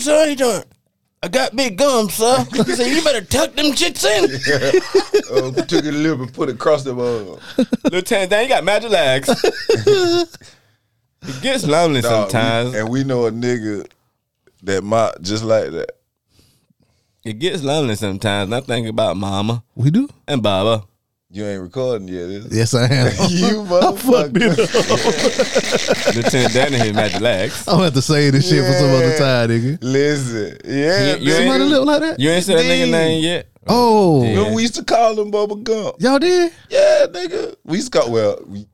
sir? He done. I got big gums, sir. He said, you better tuck them chicks in. uh, took it a little bit, put it across the uh, wall. Lieutenant Dan, you got magic legs. it gets lonely Dog, we- sometimes. and we know a nigga that mop just like that. it gets lonely sometimes. And I think about Mama We do? and Baba. You ain't recording yet, is it? Yes, I am. You Fuck motherfucker. it up. Lieutenant Dan and his magic legs. I'm gonna have to say this shit for some other Yeah. time, nigga. Listen, yeah. You- you ain't- Somebody look like that? You ain't said that nigga Dang. name yet. oh, Remember we used to call him Bubba Gump. y'all did? Yeah, nigga. We used to call, well, we,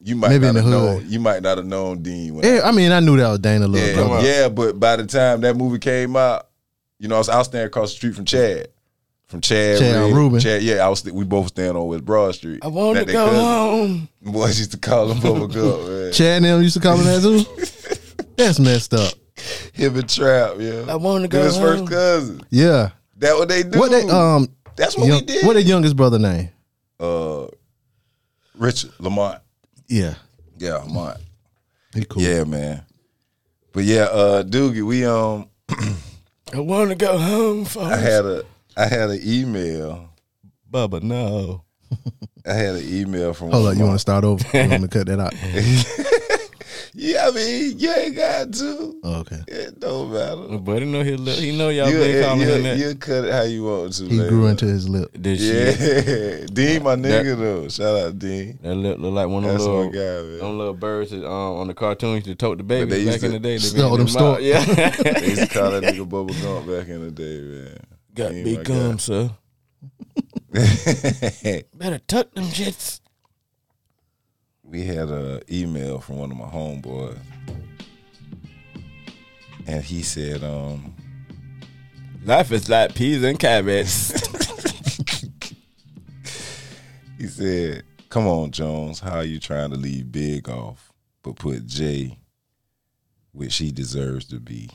you might Maybe not in have the hood. known, you might not have known Dean when Yeah, I mean, I knew that was Dana Little. Yeah, brother. yeah, but by the time that movie came out, you know, I was, I was standing across the street from Chad. From Chad, Chad Red- Rubin. Chad, yeah, I was. st- We both stand on West Broad Street. I want to That they go cousin. home. Boys used to call him Bubba Gump, man. Chad and them used to call me that too. That's messed up. Him and Trap, yeah. I wanna Them go His home. first cousin. Yeah. That what they do. What they um? That's what young- we did. What their youngest brother name? uh, Richard Lamont. Yeah, Yeah, Lamont. he cool. Yeah, man. But yeah, uh, Doogie, we um, I want to go home. Folks. I had a, I had an email. Bubba, no. I had an email from. Hold up, you Lamont. want to start over? You want me to cut that out? Yeah, I mean, you ain't got to. Oh, okay. It don't matter. But he know his little, he know y'all You been you calling him you, that. cut it how you want to. He man. grew into his lip. This shit. Yeah, Dean, my That- nigga though. Shout out Dean. That look, look like one of them That's my little, guy, man. them little birds that, um, on the cartoons that tote the baby they used back in to the day. They be snort in their them store- mouth. Yeah. They used to call that nigga Bubba Gump back in the day, man. got He my big guy. gums, sir. Better tuck them chicks. we had a email from one of my homeboys, and he said, um, Life is like peas and carrots. he said, "Come on, Jones, how you trying to leave Big off, but put Jay, which she deserves to be?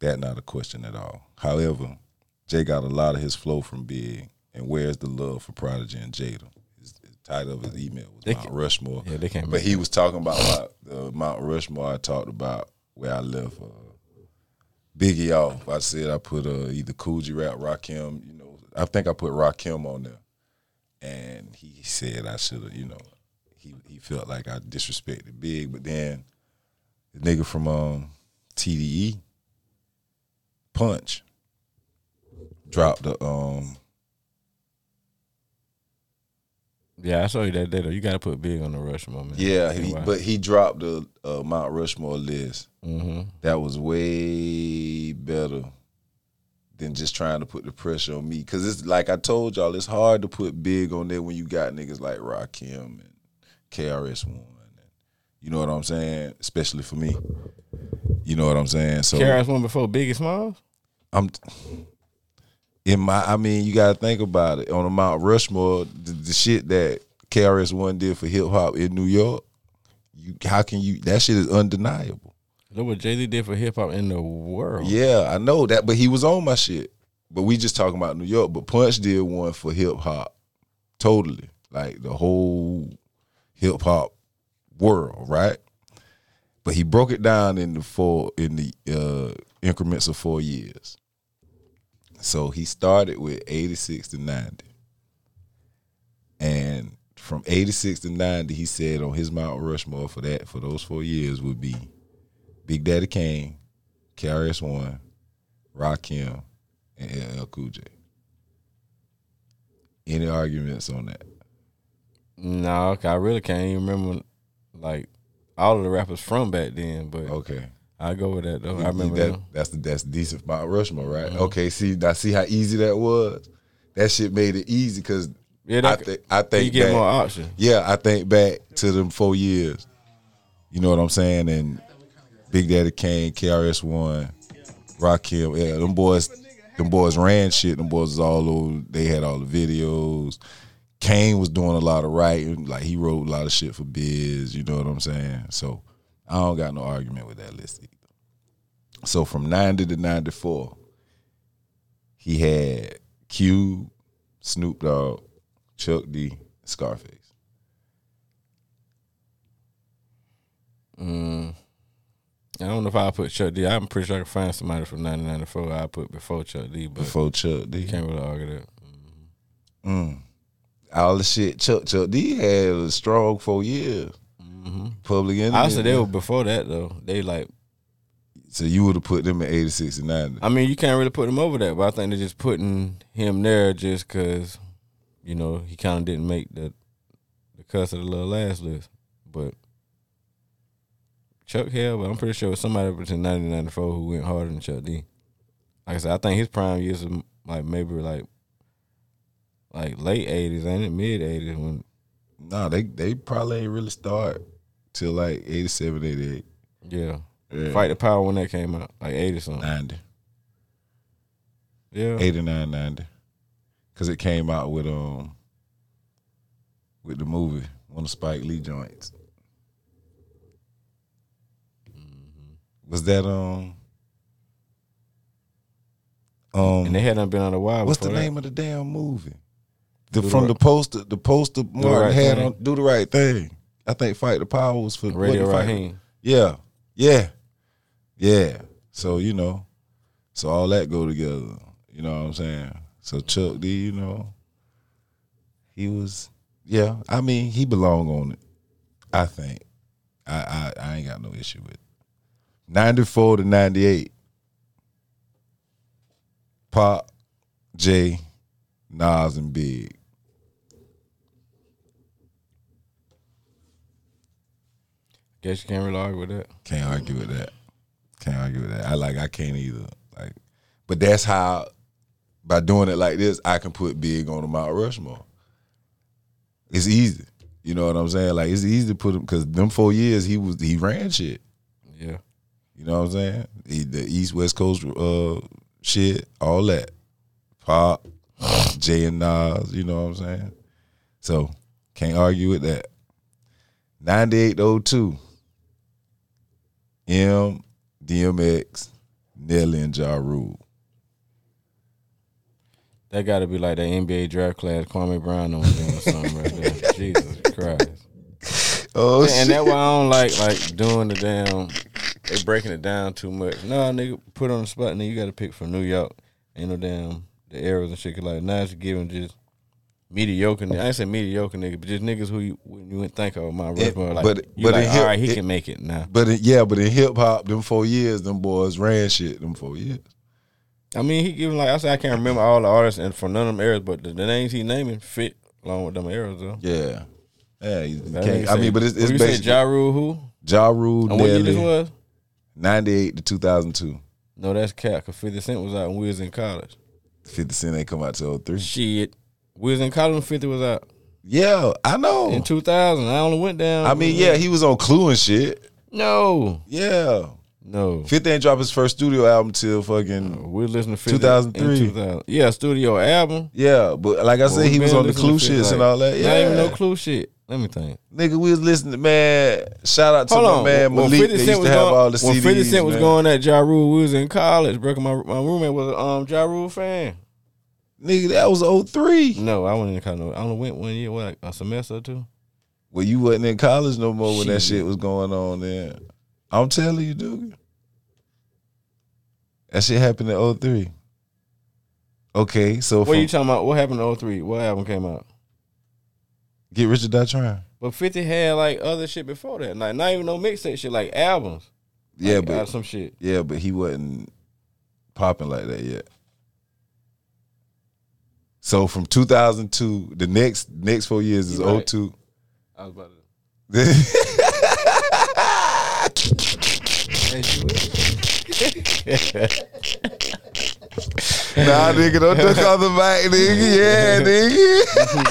That not a question at all. However, Jay got a lot of his flow from Big, and where's the love for Prodigy and Jada?" His- the Title of his email was Mount Rushmore. yeah, they can't But make he was talking about my, the Mount Rushmore. I talked about where I left uh, Biggie off. I said I put uh, either Cool G Rap, Rakim. You know, I think I put Rakim on there, and he said I should have. You know, he he felt like I disrespected Big, but then the nigga from um, TDE Punch dropped the um. Yeah, I saw you that day though. You gotta put big on the Rushmore, man. Yeah, he, Wow. but he dropped the uh, Mount Rushmore list. hmm that was way better than just trying to put the pressure on me. Cause it's like I told y'all, it's hard to put big on there when you got niggas like Rakim and KRS One. You know what I'm saying? Especially for me. You know what I'm saying? So Carrots one before Biggie Smalls. I'm in my. I mean, you gotta think about it. On the Mount Rushmore, the, the shit that KRS One did for hip hop in New York, you how can you? That shit is undeniable. Look what Jay Z did for hip hop in the world. Yeah, I know that, but he was on my shit. But we just talking about New York. But Punch did one for hip hop, totally like the whole hip hop world, right? But he broke it down in the four in the uh, increments of four years. So he started with eighty six to ninety, and from eighty six to ninety, he said on his Mount Rushmore for that for those four years would be Big Daddy Kane, KRS One, Rakim, and LL Cool J. Any arguments on that? No, I really can't even remember like all of the rappers from back then. But Okay, I go with that though. I You- you- remember that. them. Mm-hmm. That's the that's decent Mount Rushmore, right? Okay, see now see how easy that was. That shit made it easy because Yeah, I that- think I You think get back- more options. yeah, I think back to them four years. You know what I'm saying? And Big Daddy Kane, KRS One, Rakim, yeah, them boys, them boys ran shit. Them boys was all over. They had all the videos. Kane was doing a lot of writing. Like he wrote a lot of shit for Biz. You know what I'm saying? So I don't got no argument with that list either. So from 90 to 94, he had Q, Snoop Dogg, Chuck D, Scarface. I don't know if I put Chuck D. I'm pretty sure I can find somebody from 1994 I put before Chuck D. But Before Chuck D. can't really argue that. All the shit Chuck Chuck D had a strong four years. Public enemy. Honestly, Mm-hmm. they were before that though. They like, so you would have put them in 86 and 90. I mean, you can't really put them over that, but I think they're just putting him there just because, you know, he kind of didn't make the the cuss of the little last list. But Chuck Hell, but I'm pretty sure it was somebody between 1994 who went harder than Chuck D. Like I said, I think his prime years was like maybe like like late 80s, ain't it? Mid 80s when No, they they probably ain't really start till like 87, 88, yeah. Yeah. Fight the Power when that came out, like 80 something. 90. Yeah. 89, 90. Cause it came out with um with the movie, one of Spike Lee joints. Mm-hmm. Was that um um And they hadn't been on a while What's the before that. name of the damn movie? The from the poster, the poster Martin Right had Thing. on "Do the Right Thing." I think "Fight the Power" was for Radio what the fight- Raheem. Yeah, yeah, yeah. So you know, so all that go together. You know what I'm saying? So Chuck D, you know, he was. Yeah, I mean, he belong on it. I think. I I, I ain't got no issue with. it. Ninety four to ninety eight. Pop, Jay, Nas, and Big. Guess you can't really argue with that. Can't argue with that. Can't argue with that. I like. I can't either. Like, but that's how. By doing it like this, I can put Big on the Mount Rushmore. It's easy. You know what I'm saying? Like it's easy to put him because them four years he was he ran shit. Yeah. You know what I'm saying? He, the East West Coast uh shit, all that. Pop, Jay and Nas, you know what I'm saying? So can't argue with that. 9802. M, DMX, Nelly and Ja Rule. That got to be like that NBA draft class Kwame Brown on doing something right there. Jesus Christ. Oh And that's why I don't like like doing the damn. They breaking it down too much. Nah, nigga, put on the spot, and then you got to pick from New York. Ain't no damn the errors and shit. 'cause, like now, it's giving just mediocre. nigga- I ain't say mediocre nigga, but just niggas who you wouldn't you wouldn't think of. My Rushmore, like, but- but but you like, it hit- all right, he it- can make it now. But in, yeah, but in hip hop, them four years, them boys ran shit. Them four years. I mean, he giving like I said, I can't remember all the artists and from none of them errors, but the, the names he naming fit along with them errors though. Yeah, yeah. you That can't- nigga I mean, said- but it's, who it's you said basically Ja Rule who? Ja Rule, And what year this Nelly, was? ninety eight to two thousand two. No, that's cap. Cause Fifty Cent was out when we was in college. 50 Cent ain't come out till 03. Shit, we was in college when Fifty was out Yeah, I know. in two thousand. I only went down. I mean, yeah, he was on Clue and shit. no, Yeah. no. 50 ain't dropped his first studio album till fucking. We listened to 50 2003. in 2000. Yeah, studio album. Yeah, but like I said, We he was been on the listening Clue to 50, shits and like, all that. Yeah. not even no Clue shit. Let me think. Nigga, we was listening to, man. Shout out to Hold my on, man when Malik. They used to was have going, all the CDs. when 50 Cent was man. going at Ja Rule, we was in college, bro. 'cause My my roommate was a um, Ja Rule fan. Nigga, that was 03. No, I wasn't in college. I only went one year, what, like a semester or two. Well, you wasn't in college no more when that Shit. shit was going on then. I'm telling you, dude. That shit happened in 03. Okay, so What from- you talking about? What happened to 03? What album came out? Get Rich or Die Trying. But 50 had like other shit before that. Like not even no mixtape shit, like albums. Yeah, Like, uh, but some shit. yeah, but he wasn't popping like that yet. So from 2002, the next next four years is You right. 02. I was about to. nah, nigga, don't duck on the mic, nigga. Yeah,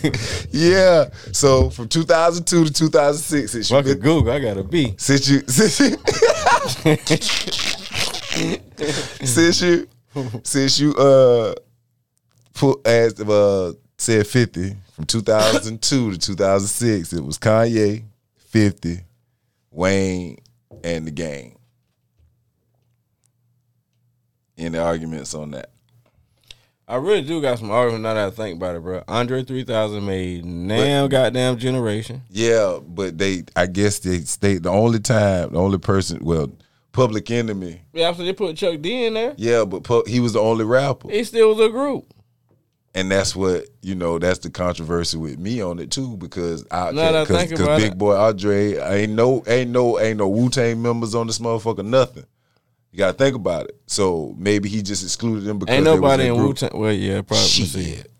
nigga. yeah. So from 2002 to 2006, it's Fuck a Google, I gotta be. Since you, since you, since you, since you, uh, put as uh said fifty from two thousand two to two thousand six, it was Kanye, fifty, Wayne, and the Gang. Any arguments on that? I really do got some argument now that I think about it, bro. Andre 3000 made damn goddamn generation. Yeah, but they, I guess they state the only time, the only person, well, Public Enemy. Yeah, after they put Chuck D in there, Yeah, but pu- he was the only rapper, it still was a group. and that's what you know. That's the controversy with me on it too, because I Now that I because think about Big it- Boy Andre ain't no ain't no ain't no Wu Tang members on this motherfucker. Nothing. You gotta think about it. So maybe he just excluded them because Ain't they was nobody that in group. Wu Tang. Well, yeah, probably. let's see. Shit.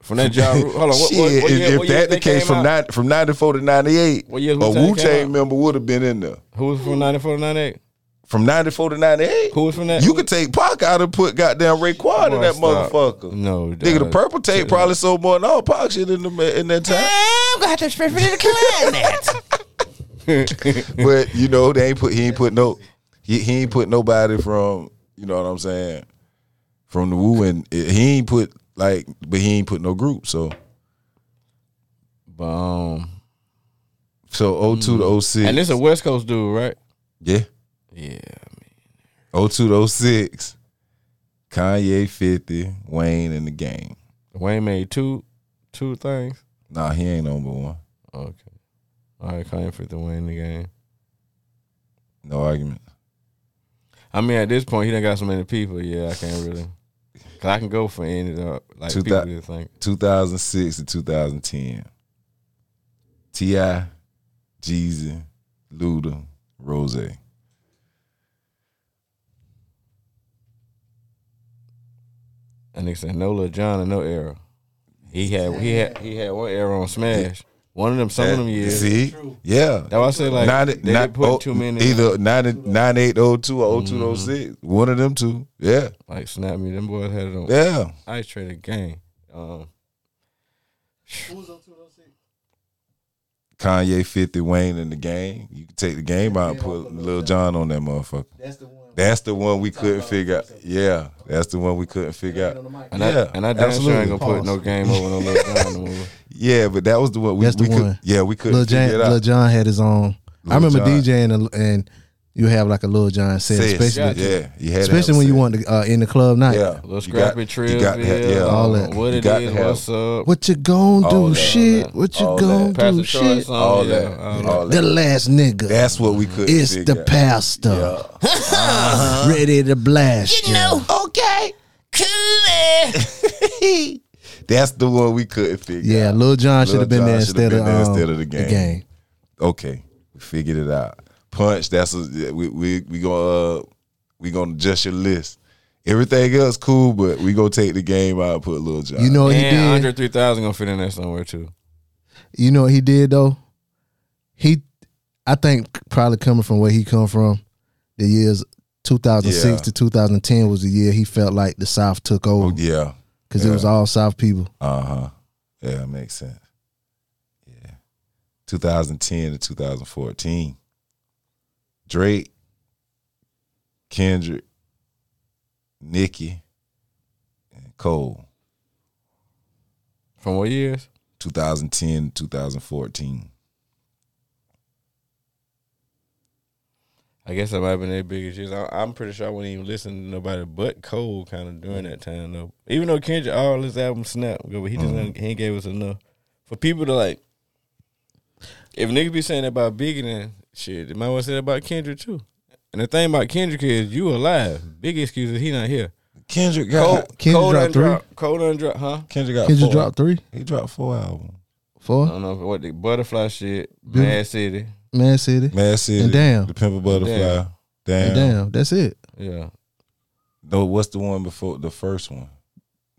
From that Ja Rule. Hold on. What, what, what, Shit, year, if, what if year that the they case came from out? nine, from ninety four to ninety eight, a What year Wu-Tang Wu came out? Tang member would have been in there. Who was from 94 to 98? From ninety four to ninety eight, Who was from that? you could take Pac out and put goddamn Raekwon in Boy, that stop. motherfucker. No, Nigga, the uh, purple tape probably sold more than all Pac shit in, the, in that time. I'm gonna have to spend for the climate. but you know, they ain't put he ain't put no he, he ain't put nobody from you know what I'm saying from the Wu and eh, he ain't put like but he ain't put no group so But, um, so 02 to 06 Mm. and this a West Coast dude, right? yeah Yeah. 02 to 06 Kanye 50 Wayne in the game Wayne made two two things. nah he ain't number one Okay. All right, Kanye for the Wayne the game. no argument I mean, at this point, he done got so many people. Yeah, I can't really. Cause I can go for any of the, like Two people thou- that think. 2006 to 2010 T.I. Jeezy Luda Rose And they said no Lil John and no era. He had he had he had one era on Smash. One of them, some of them years. see yeah That's why I say like Ninety- they nine- didn't put oh, too many Mm-hmm. Either 90 9802 or 0206. One of them two. Yeah. like snap me. Them boys had it on Yeah. Ice Trader Gang. Um, Kanye 50 Wayne in the game. You can take the game out and put Lil John on that motherfucker. That's the one. That's the one we couldn't figure out. Yeah. That's the one we couldn't figure on the out. mic. and Yeah, I and I damn sure ain't absolutely. gonna put no game over no Lil John. no more. Yeah, but that was the one we, That's the we could one. Yeah, we couldn't Lil figure John, it out. Lil John had his own. I Lil remember Jon. DJing and, and you have like a Lil John set, Sis. especially yeah, you had to have especially when you sis. want to uh, in the club night. Yeah. Little You got- scrappy you trill, got- Yeah. all that. What You it got to is, have- what's up? What you gonna do? All that. shit. All what you All gonna that. do? Pastor Troy Shit. song. All Oh, yeah. that. all All The that. last nigga That's what we couldn't is figure the out. pastor. Yeah. Ready to blast. You know, okay, cool. That's the one we couldn't figure Yeah, out. Lil John should Lil have been there Jon shoulda instead been of there um, instead of the game. The game. okay, we figured it out. Punch, that's a, we we we gonna uh, we gonna adjust your list. Everything else cool, but we gonna take the game out and put Lil John. You know what he And did. Andre 3000 gonna fit in there somewhere too. You know what he did though? He I think probably coming from where he come from, the years 2006 Yeah. Oh, to 2010 was the year he felt like the South took over yeah, because it was all South people. uh huh, yeah, makes sense. Yeah, 2010 to 2014, Drake, Kendrick, Nicki, and Cole. From what years? 2010 to 2014. I guess that might have been their biggest years. I, I'm pretty sure I wouldn't even listen to nobody but Cole kind of during that time though. Even though Kendrick all his albums snap, but he just Mm-hmm. not he ain't gave us enough for people to like. If niggas be saying that about Biggie, then shit, they might want to say that about Kendrick too. And the thing about Kendrick is you alive. Big excuse is he not here. Kendrick Cole, got Kendrick Cole done dropped three? dropped- Cole done dropped, huh? Kendrick got four. Kendrick dropped three, He dropped four albums. I four, don't know what the butterfly shit, Beautiful. Mad City, Man City, Mad City, And Damn. the Pimple Butterfly, Damn. damn. and damn, that's it. yeah, No, what's the one before the first one?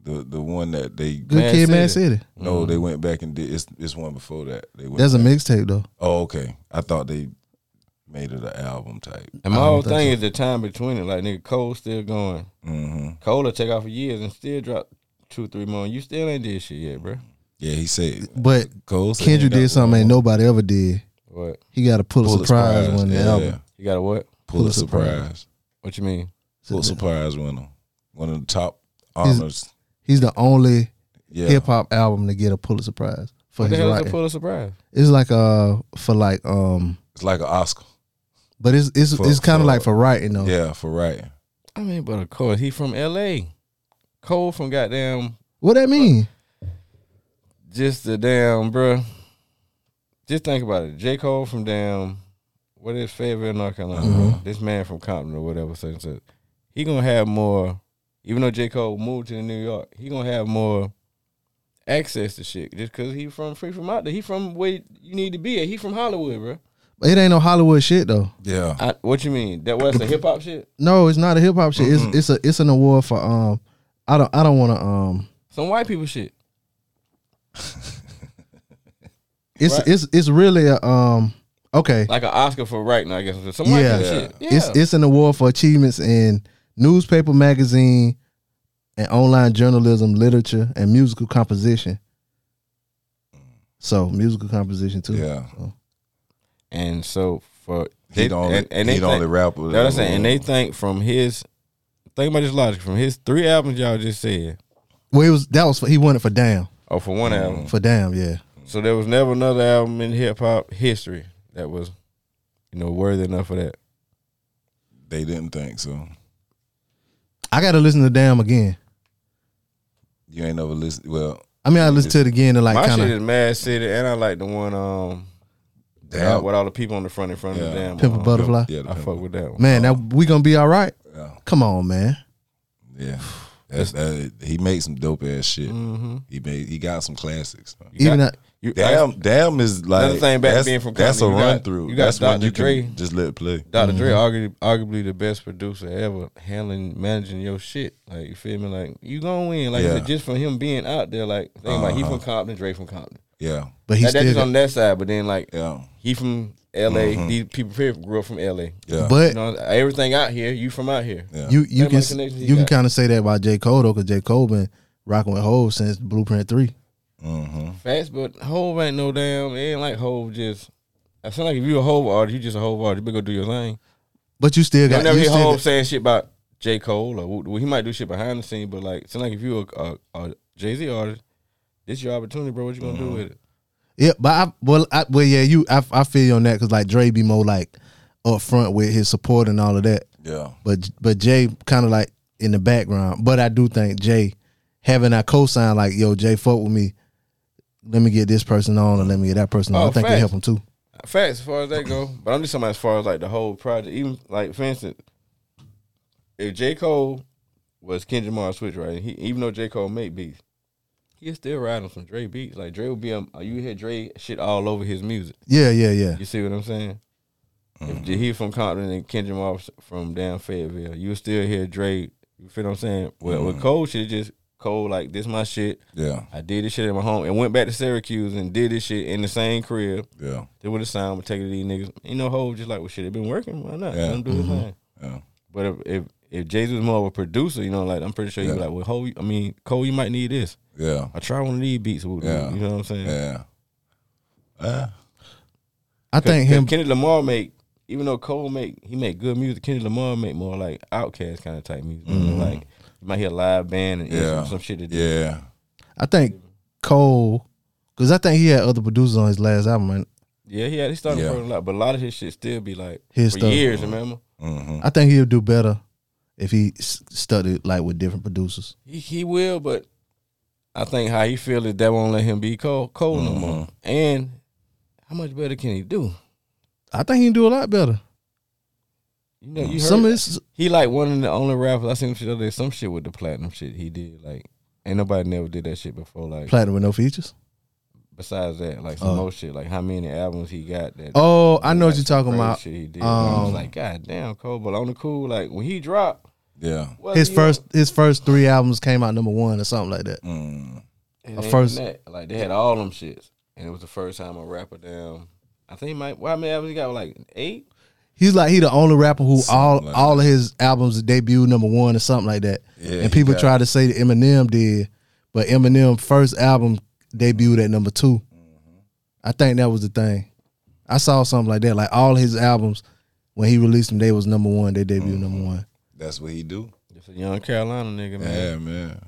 The the one that they Good Man kid, Man City. City. no, they went back and did. It's it's one before that. They went. That's a back. mixtape though. Oh, okay. I thought they made it an album type. And my I don't whole think thing so. is the time between it. Like nigga, Cole still going. hmm Cole will take off for years and still drop two, three more. You still ain't did shit yet, bro. Yeah, he said. But Cole said Kendrick he did got something one ain't more. nobody ever did. What? He got a Pulitzer Pulitzer Prize Prize, when the yeah. album. You got a what? Pulitzer Pulitzer Prize. Prize. What you mean? Pulitzer Prize winner. One of the top His- honors. He's the only Yeah. hip hop album to get a Pulitzer Prize for What the his hell is a writing. full of surprise? it's like uh for like um It's like an Oscar. But it's it's For- it's kind for- of like for writing though. Yeah, for writing. I mean, but of course he from L.A. Cole from goddamn What that mean? just the damn, bro. Just think about it. J Cole from damn what is Fayetteville, North Carolina? Mm-hmm. This man from Compton or whatever, such and such. He gonna have more. Even though J Cole moved to New York, he gonna have more access to shit just because he from free from out there. He from where you need to be at. He from Hollywood, bro. But it ain't no Hollywood shit though. Yeah. I, what you mean? That was the hip hop shit. No, it's not a hip hop shit. It's it's a it's an award for um. I don't I don't want to um. Some white people shit. It's Right. it's it's really a um. Okay. Like an Oscar for writing, I guess. Some white yeah. people shit. Yeah. It's it's an award for achievements in newspaper, magazine, and online journalism, literature, and musical composition. So musical composition too. Yeah. So, and so for He the only, and, and he they the only think- rapper. That's what I'm saying. And they think from his think about this logic from his three albums y'all just said, well, it was that was for, he won it for damn or for one album. for damn yeah. Mm-hmm. So there was never another album in hip hop history that was, you know, worthy enough of that. they didn't think so. I got to listen to damn again. You ain't never listened. Well, I mean, I listened to it again to My like kind shit of is Mad City, and I like the one um damn. with all the people on the front in front of the Yeah. damn Pimp a um, Butterfly. Yeah, the I Pimp- fuck with that one. Man, now we gonna be all right. Yeah. Come on, man. yeah. That's, that, he made some dope ass shit. Mm-hmm. He made he got some classics. man. Even got- that- You, Damn, damn is like Another thing about that's, being from that's a Compton, you run got- through. you got that's when Dr. you can Dre. just let it play. doctor Dre, Mm-hmm. arguably, arguably the best producer ever, handling, managing your shit. Like you feel me? Like you gonna win. Like Yeah. I said, just from him being out there, like think like he from Compton, Dre from Compton. Yeah, but he That, that's still. just on that side, but then like yeah, he from L.A. These people here grew up from L.A. yeah. You but know, everything out here, you from out here. yeah. you you That can my connection he you can got. kind of say that about J Cole though, because J Cole been rocking with Hov since Blueprint Three. mm-hmm. Facts, but Hove ain't no damn. It ain't like Hove just. I sound like if you a Hove artist, you just a Hove artist. You better go do your thing. But you still You got never you hear still Hove got- saying shit about J Cole or well, he might do shit behind the scene, but like, sound like if you a, a, a Jay Z artist, this your opportunity, bro. What you gonna do with it? yeah. But I well I well yeah you I, I feel you on that because like Dre be more like up front with his support and all of that. yeah, But but Jay kind of like in the background. But I do think Jay having that co-sign like yo Jay fuck with me. Let me get this person on and let me get that person on. Oh, I think they facts. help him too. Facts, as far as that go. But I'm just talking about as far as like the whole project. Even like for instance, if J Cole was Kendrick Lamar's switch, right? He, even though J Cole made beats, he's still riding some Dre beats. Like Dre would be, um, you hear Dre shit all over his music. Yeah yeah yeah. You see what I'm saying? If he from Compton and Kendrick Lamar was from down Fayetteville, you still hear Dre. You feel what I'm saying? Well, with Cole shit, it's just Cole like this my shit. yeah, I did this shit at my home and went back to Syracuse and did this shit in the same crib. yeah, They would have signed, but take it to these niggas. You know, hoe just like, well, shit, it been working. Why not? Yeah. Mm-hmm. Let him do his thing. yeah. But if if, if Jay Z was more of a producer, you know, like I'm pretty sure he'd be Yeah. like, well, hoe, I mean, Cole, you might need this. yeah. I try one of these beats. With Yeah. You know what I'm saying? Yeah. Uh, I think him. Kendrick Lamar make, even though Cole make, he make good music. Kendrick Lamar make more like outcast kind of type music. You know, like you might hear a live band and Mm-hmm. Yeah. some, some shit. That yeah. yeah. I think Cole, because I think he had other producers on his last album. And yeah, yeah, he started Yeah. recording a lot, but a lot of his shit still be like His for stuff. years. Remember, Mm-hmm. I think he'll do better if he s- studied like with different producers. He, he will, but I think how he feel is that won't let him be cold, cold no Mm-hmm. more. And how much better can he do? I think he can do a lot better. You know, you heard Mm. Some of this, he like one of the only rappers I seen him shit the other day. Some shit with the platinum shit he did. Like ain't nobody never did that shit before. Like platinum with no features. besides that, like some Oh. more shit. Like how many albums he got that. Oh, I know what like, you're talking crazy about. Shit he did. And I was Um, like, God damn, Cole. But on the cool, like when he dropped, Yeah. what His he- first, his first three albums came out number one or something like that. Mm. it ain't first- that. like they had all them shits, and it was the first time a rapper down. I think he might. Well, I mean, albums he got like eight. He's like he the only rapper who Something all like all of his albums debut number one or something like that. Yeah, and people he got- try to say that Eminem did, but Eminem first album debuted at number 2 Mm-hmm. I think that was the thing. I saw something like that. Like all his albums when he released them, they was number one. They Mm-hmm. debuted number one. That's what he do. It's a young Carolina nigga, man. Yeah, man.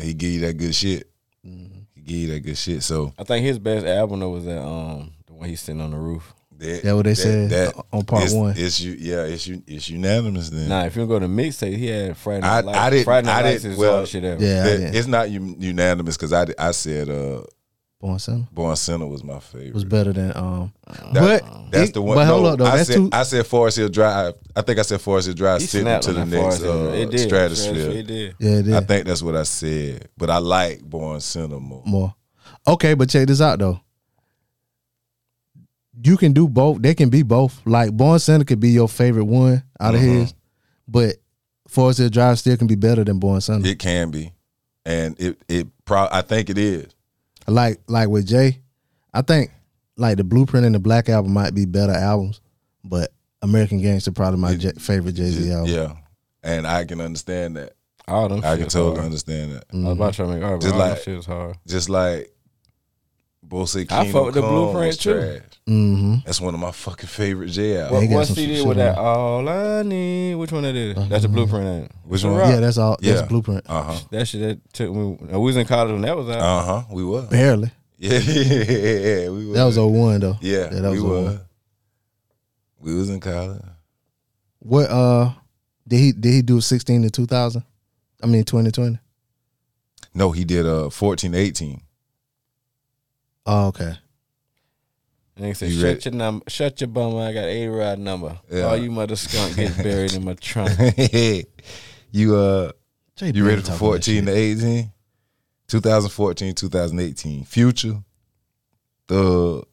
He give you that good shit. Mm-hmm. He give you that good shit. So I think his best album though was that um the one he's sitting on the roof. that, That what they said on part it's, one. It's you. Yeah. It's you. It's unanimous then. Nah, if you go to mixtape, he had Friday I- Night Lights. I didn't- Friday Night I Lights didn't- is well, hardest shit ever. Yeah, I That- didn't- it's not un- unanimous because I I said uh Born Center Born Center was my favorite. was better than um. That- but that's it- the one. But hold no, up though, I that's said, too. I said Forest Hill Drive. I think I said Forest Hill Drive He sitting snapped to on the that next forest, uh, man. It did. It stratosphere. did. yeah, it I is think that's what I said. But I like Born Center more. more. Okay, but check this out though. You can do both. They can be both. Like Born Center could be your favorite one out of Uh-huh. his, but Forest Hill Drive still can be better than Born Center. It can be, and it it pro. I think it is. like like with Jay, I think like the Blueprint and the Black album might be better albums, but American Gangster probably my J- favorite Jay Z album. Yeah, and I can understand that. All them I shit can was totally hard. understand that. Mm. I was about to try to make all, but Just all like, like- that shit was hard. Just like Bose Kingdom I fuck with the Come Blueprint, was too. trash. Mm-hmm. That's one of my fucking favorite J albums. he What, got what some CD shit with on that? All I need. Which one that is? That's the blueprint. Ain't it? Which It's a one? rock. Yeah, that's all. Yeah. That's Blueprint. Uh huh. That shit that took me. We was in college when that was out. Uh huh. We were. Barely. Yeah, yeah, we were. That was 01 though. Yeah, that was we 01. were. We was in college. What uh did he did he do sixteen to two thousand? I mean twenty twenty. No, he did uh 14, 18. Oh okay. And they said, You shut ready? your number, shut your bum. I got a rod number. Yeah. All you mother skunk gets buried in my trunk. you uh Jay you been ready for talking that 14 shit. to 18? 2014, 2018. Future, Thug,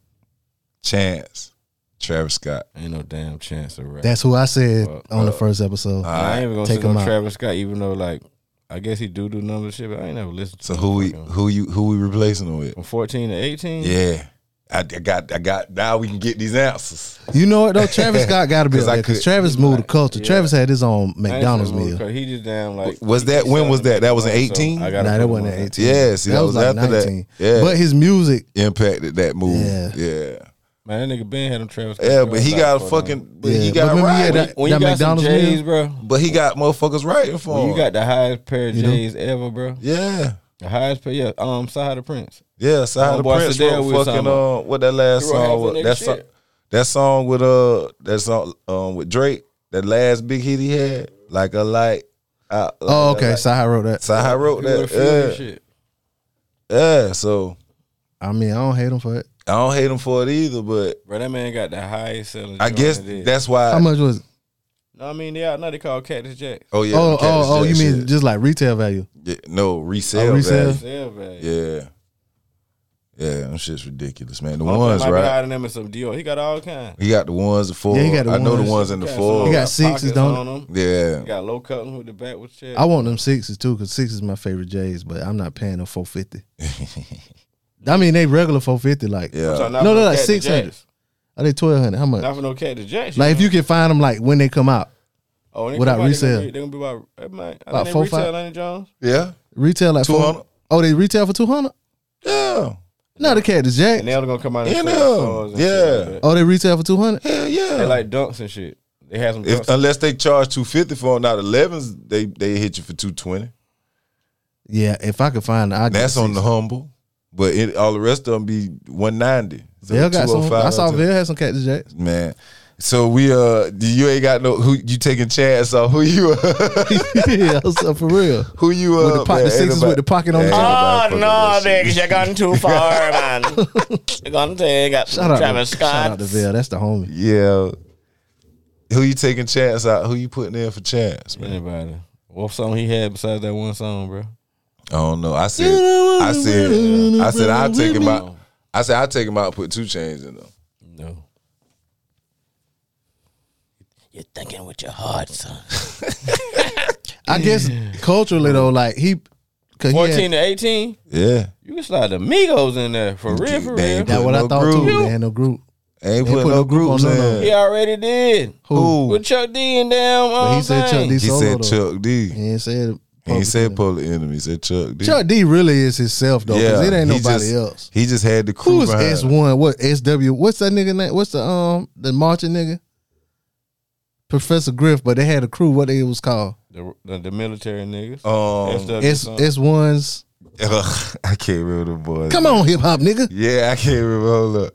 Chance, Travis Scott. Ain't no damn chance of rap. That's who I said Well, on uh, the first All episode. I right. ain't even gonna Take say him no out. Travis Scott, even though like I guess he do do numbers and shit, but I ain't never listened to. So him. who we Fuck him. who you who we replacing him with? from fourteen to eighteen? Yeah. I, I got I got now we can get these answers. You know what though? Travis Scott got to be 'Cause I up because could- Travis moved the culture. Travis had his own McDonald's meal. He just damn like Was he that- just when shot was him that? That was in in 18? I gotta nah, put that him wasn't on at 18. Yeah, see, that was after that. Yeah. But his music, Impacted that move. Yeah. Yeah, Man, that nigga Ben had him Travis. Scott yeah but he drugs got out for them. fucking but Yeah, he but got remember he had right. that- When you got McDonald's McDonald's some J's, meal? bro. But he got motherfuckers writing for When him. you got the highest pair of You know? J's ever, bro. yeah. The highest pair, yeah. Um, Side of Prince. Yeah, Side the Homeboy Prince Fidel we wrote was fucking talking about. uh, what that last He wrote half that song was nigga that song, shit. that song with uh that song um with Drake that last big hit he had like a light. I, like oh a okay, light. Sahai wrote that. Sahai wrote He would've Oh, fused that that. Yeah. shit. yeah, so I mean, I don't hate him for it. I don't hate him for it either, but Bro, that man got the highest selling. I joint guess it is. that's why. How much was? it? No, I mean they out now. They call Cactus Jack. oh yeah. oh the Cactus oh oh, you Jack mean shit. just like retail value? Yeah, no resale? Oh, resale? value. Yeah, man. Yeah, yeah, them shit's ridiculous, man. The Motherfucker ones might Be right. hiding them in some Dior. He got all kinds. He got the ones, the four. Yeah, he got the I know the ones. ones in the Got four. some He got got sixes, pockets don't on them. yeah, He got low cutting with the back with shit. I want them sixes too, cause six is my favorite J's, but I'm not paying them four fifty. I mean, they regular four fifty. Like, yeah. So not No, for no, like Cactus 600. Jacks. are they twelve hundred? How much? Not for no Cactus Jack. like, if you can find them, like when they come out, oh, and they without come out, they gonna resale. be- they gonna be about that might- I think About they four, retail five. Lenny Jones. yeah, retail like 200. four. Oh, they retail for two hundred. yeah. No, the cat is And Jack. they're gonna come out and Yeah, sell no. swords and shit like Yeah. that. Oh, they retail for two hundred. Hell yeah. They like dunks and shit. They had some. if, Dunks. unless they charge two fifty for them, not elevens, they they hit you for two twenty. Yeah, if I could find, I That's on the humble, but it, all the rest of them be one ninety. So Vail got some. I saw 205. Vail had some Cactus Jacks. man. So we uh, do you ain't got no who you taking chance on who you uh, yeah, so for real. who you uh, With the po- the man, sixes anybody- with the pocket on the Oh, Yeah, top. Ah, anybody fucking with that shit. you're gone too far, man. You're gonna take a Shout out, to, shout out to Vail. That's the homie. yeah. Who you taking chance out? Who you putting in for chance, man? Anybody. What song he had besides that one song, bro? I don't know. I said, I said, I said, I'll take him out. I said, I'll take him out and put two chains in them. No. You're thinking with your heart, son. I guess culturally though, like he, cause he Fourteen had, to eighteen. Yeah. You can slide the Migos in there for real, for They real. ain't that put what I no thought too. groove. They had no group. Ain't They putting put no no group groups on in. none of He already did Who? Who? with Chuck D and damn. But Um, he said Chuck thing. D He solo said though. Chuck D. He ain't said. it He ain't said publicly. Public Enemy. He said Chuck D. Chuck D really is himself though, because it ain't he nobody just- else. He just had the crew Who's behind S him. one? What S W? What's that nigga name? What's the um the marching nigga? Professor Griff, but they had a crew. What they was called? The, the, the military niggas. Oh, Um, SW S something. S ones. ugh, I can't remember the boys. Come on, hip hop nigga. Yeah, I can't remember. Hold up.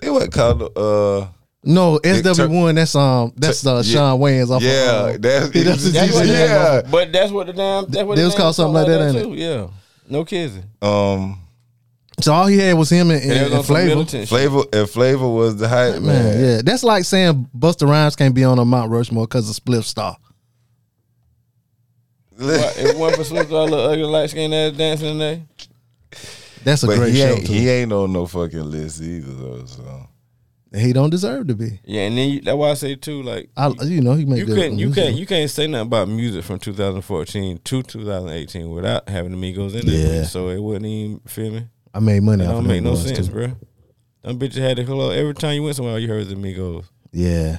They what called uh No S Tur- W one. That's um that's uh, yeah. Sean Wayans. Off yeah, Of, um, that's, He does the yeah. DJ. But that's what the damn. That's what They the was name called something like that, ain't too. Yeah. No kidding. Um, So all he had was him and, and, And it was and on some Flavor. militant shit. Flavor and Flavor was the hype man. Man, yeah, that's like saying Buster Rhymes can't be on a Mount Rushmore because of Split Star. Why- If one for Swift, all little ugly light skinned ass dancing in there. That's a But great he show. ain't, too. he ain't on no fucking list either though. So And he don't deserve to be. Yeah, and then you, that's why I say too, like I, you know, he make you good couldn't, you music. can't, you can't say nothing about music from 2014 to 2018 without having the Migos in there. Yeah. So it wouldn't even feel me. I made money That off don't of make them no boys sense, too. bro. Them bitches had to hello every time you went somewhere. You heard the Migos Yeah,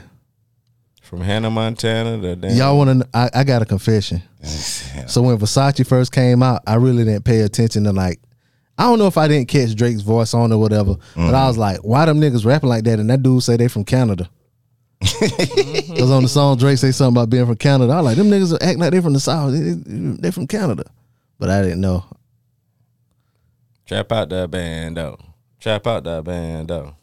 from Hannah Montana to damn. y'all want to? I, I got a confession. So when Versace first came out, I really didn't pay attention to like. I don't know if I didn't catch Drake's voice on or whatever, but I was like, "Why them niggas rapping like that?" And that dude say they from Canada. Because on the song Drake say something about being from Canada. I was like, "Them niggas act like they from the south. They, they- they from Canada," but I didn't know. Trap out that band though. Trap out that band though.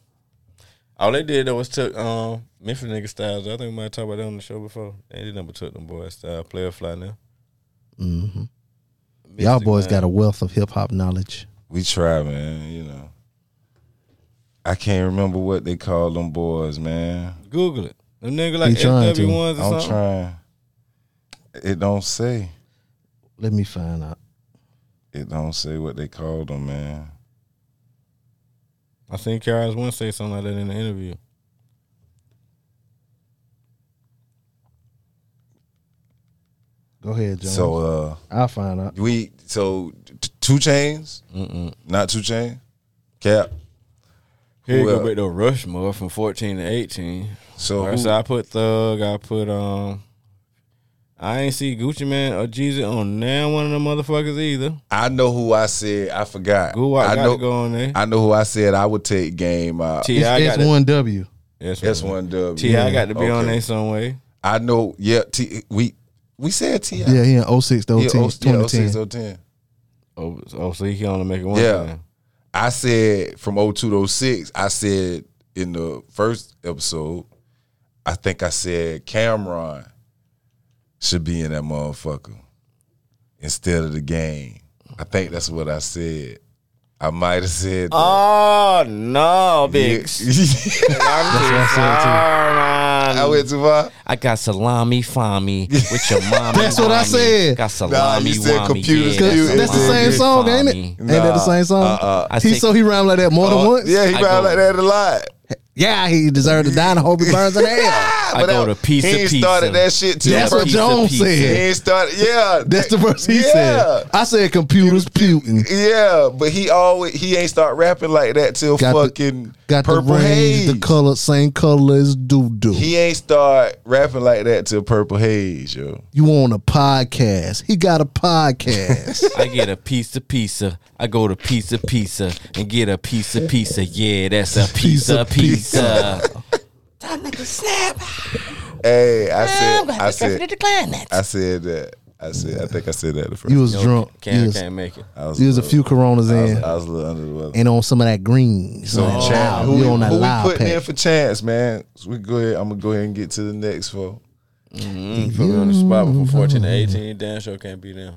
All they did though was took um Memphis nigga styles. I think we might talk about that on the show before. They did number took them boys style player fly now. Mm-hmm. Y'all boys got a wealth of hip hop knowledge. we try, man. You know, I can't remember what they call them boys, man. Google it. Them nigga like trying to. SW ones or I'm something. trying. It don't say. Let me find out. It don't say what they called them, man. I seen Kara's one say something like that in the interview. Go ahead, John. So uh I'll find out. we so t- two chains, Mm-mm. not two chain, cap. Here you Who go else? back to Rushmore from fourteen to eighteen. So, All right, who- so I put Thug. I put um. I ain't see Gucci Man or Jeezy on now one of them motherfuckers either. I know who I said. I forgot. Goo, I, I got know. to go on there. I know who I said I would take game out. Ti It's, got it's to- one W. Yes, That's one. one W. Ti got to be on Okay. there some way. I know. Yeah, T, we we said Ti. Yeah, he in 06 to oh, 010, 2010. 06, 010. Oh, oh, so he can only make it one. Yeah. time. I said from 02 to 06, I said in the first episode, I think I said Cameron should be in that motherfucker instead of the game. I think that's what I said. I might have said. that. Oh no, Yeah. big. I'm I went too far. I got salami fami with your mommy. That's what I wommy. said. Got Nah, salami you said wommy, computer yeah, skills. Cause that's the Nah. same song, ain't it? Nah. Ain't that the same song? Uh, I he think- so he rhymed like that more than Oh, once. Yeah, he I ride go- like that a lot. yeah, he deserved to die. And I hope he burns in hell. Ah, I but go that- to piece he of ain't started pizza. that shit till That's the what first- Pizza, Jones pizza. He said. ain't started. Yeah, That's the that- verse he yeah. said. I said computers putin. Yeah, but he always he ain't start rapping like that till Got the- fucking Got purple the range, haze. the color, same color as doo doo. He ain't start rapping like that till purple haze, yo. You on a podcast? He got a podcast. I get a piece of pizza. I go to pizza pizza and get a piece of pizza. Yeah, that's a piece Pizza, of pizza. Hey, I said, I said, I said that. I said, I think I said that the first. you was drunk. Cam You was, can't make it. I was, you was a little- few Coronas I was, in I was a little under the weather. and on some of that green. So Some of that Chance, loud. who, you on that who we loud putting pack. in for chance, man? So we go ahead. I'm gonna go ahead and get to the next four. Mm, put me on the spot before fourteen to eighteen. E Damn sure can't be them.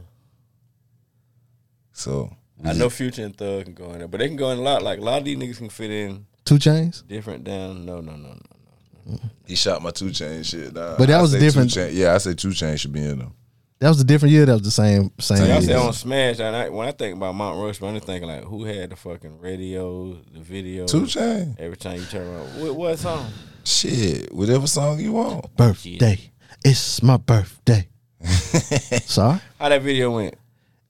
So I know Future and Thug can go in there, but they can go in a lot. Like a lot of these niggas can fit in Two chains. different down. No, no, no, no. he shot my two chain shit. Nah, But that I was say Two different. Chainz- yeah, I say two chain should be in them. That was a different year. That was the same Same same. Like I Yeah. said year. on Smash, and I, when I think about Mount Rushmore, I'm just thinking like, who had the fucking radio, the video, Two chain, every time you turn around, what, what song? shit, whatever song you want. birthday. It's my birthday. Sorry. How that video went?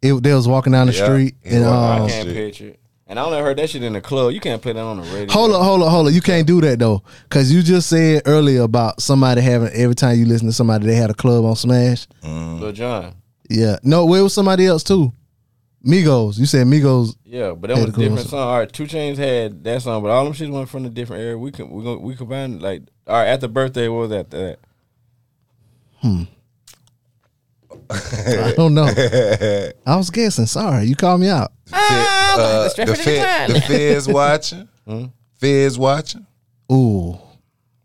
It, they was walking down the Yeah, street he and walked down um, I Oh, can't shit. picture it. And I only heard that shit in the club. You can't play that on the radio. hold up, hold up, hold up. You can't do that though, because you just said earlier about somebody having every time you listen to somebody they had a club on Smash. Lil John. Yeah, no, well, it was somebody else too. Migos, you said Migos. Yeah, but that was Had a a cool different song. song. All right, Two Chains had that song, but all them shit went from a different area. We can we gon- we combined like all right after birthday. What was after that? I don't know. I was guessing. Sorry, you called me out. Uh, the, Fed, the Feds watching. Hmm? Feds watching. Ooh,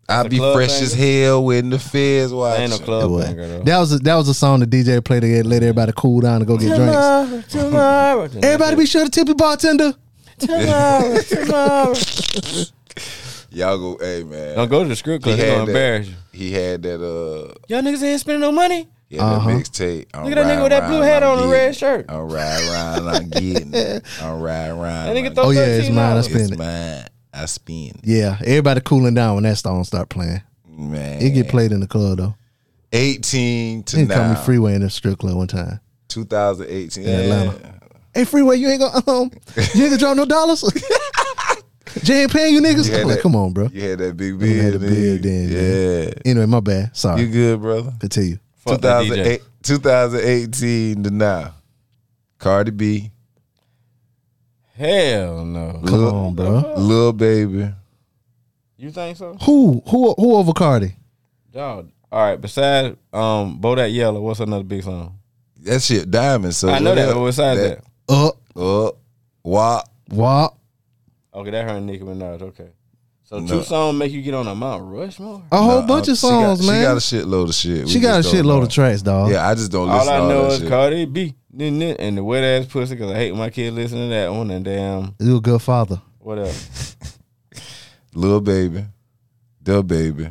I be club fresh banger? as hell when the Feds That watching. ain't no it club was. banger though. That was a, that was a song the DJ played to get, let everybody cool down and go get drinks. Tomorrow, tomorrow. Everybody, be sure to tip your bartender. Tomorrow, tomorrow. Y'all go, hey man. Don't go to the script club. They gonna embarrass you. He had that uh Y'all niggas ain't spending no money. he had Uh-huh. that mixtape. I'm Look at that riding nigga with that around, blue hat I'm on and a getting red it. shirt. I'm riding around, I'm getting it. I'm riding around. That nigga I'm throw Oh, yeah, $13. it's mine. I getting it. spend It's it. mine. I spin it. Yeah, everybody cooling down when that song start playing. Man. It get played in the club though. 18 to He called now. me Freeway in the strip club one time. 2018. Yeah. Atlanta. Hey, Freeway, you ain't gonna um, you ain't gonna draw no dollars. Jay ain't paying you niggas. You had I'm like, that- come on, bro. You had that big had beard. a beard then, yeah. Anyway, my bad. Sorry. You good, brother? Continue. Fuck that DJ. 2008, 2018 to now. Cardi B, Hell no. Come Look. on, bro. Lil Baby. You think so? Who who who over Cardi? Dog. All right. Besides um, Bodak Yellow, what's another big song? That shit diamond. So I know that. whatever- But besides that, Up, Up, wop. wop. okay, that her and Nicki Minaj. Okay. So No. two songs make you get on a Mount Rushmore. A whole Nah, bunch of she got- songs, man. She got a shitload of shit. She got a shitload of tracks. tracks, dog. Yeah, I just don't All listen I to all know that is shit. Cardi B nin- nin, and the wet ass pussy because I hate when my kid listen to that one and damn You a good father. what else? Lil Baby, Dub Baby,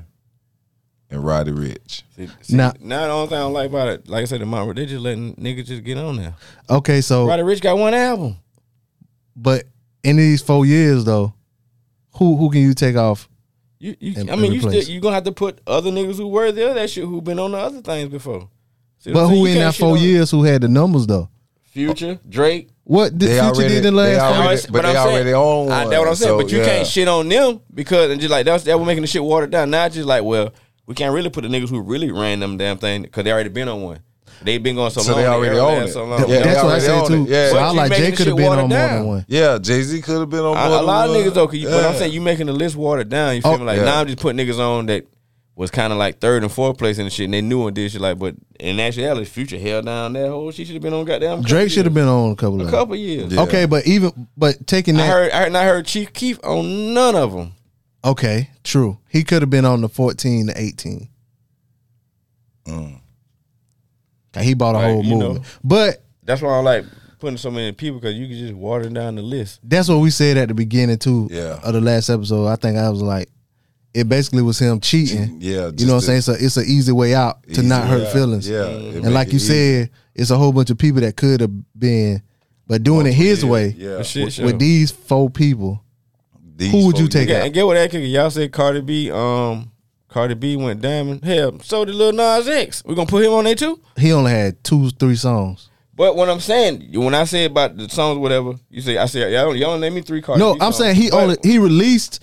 and Roddy Rich. See, see, Nah. now the only thing I don't like about it, like I said, the Mount Rush- they just letting niggas just get on there. Okay, so Roddy Rich got one album. but in these four years though, who who can you take off? You, you And- I mean, and you still, replace. you gonna have to put other niggas who were there that shit who been on the other things before. See what But I'm saying? who You in can't that shit four on years who had the numbers though? Future, Drake. What did They Future already, did in the they last? already- four- No, it's- but, but they I'm saying- already own. I, One, that's what I'm saying. so, but you yeah. can't shit on them because and just like that's that was making the shit watered down. Now it's just like, well, we can't really put the niggas who really ran them damn thing because they already been on one. They been going so, So long. they already ever own had it. So Yeah, long. they That's what I already said own too. it. Yeah. So But I you like making Jay the could have shit been watered on more than down. one. Yeah, Jay Z could have been on. I- more a than lot of one. niggas though, 'cause you, but I'm Yeah. saying you making the list watered down. You feel Oh, me? Like yeah. now I'm just putting niggas on that was kind of like third and fourth place and shit, and they knew and did shit like. But in actuality, Future held down that whole. She should have been on goddamn. Drake should have been on a couple of a them. couple years. Yeah. Okay, but even but taking I that heard, I heard, and I heard Chief Keef on none of them. okay, true. He could have been on the fourteen to eighteen. Mm. Like, He bought a Like, whole you know. movement. But That's why I like putting so many people because you can just water down the list. that's what we said at the beginning too Yeah. of the last episode. I think I was like, it basically was him cheating. Yeah, you just know what I'm the saying? So it's an easy way out to easy not way hurt out. feelings. Yeah, it and make like it you easy. said, it's a whole bunch of people that could have been, but doing it his way Yeah, But shit, sure. with these four people. These who would you folk- take Yeah, and get what that kicker. Y'all said Cardi B, um, Cardi B went diamond. Hell, so did Lil Nas X. We gonna put him on there too. He only had two, three songs. But what I'm saying, when I say about the songs, whatever you say, I say y'all, y'all name me three Cardi. no, B I'm songs. saying he But- only he released.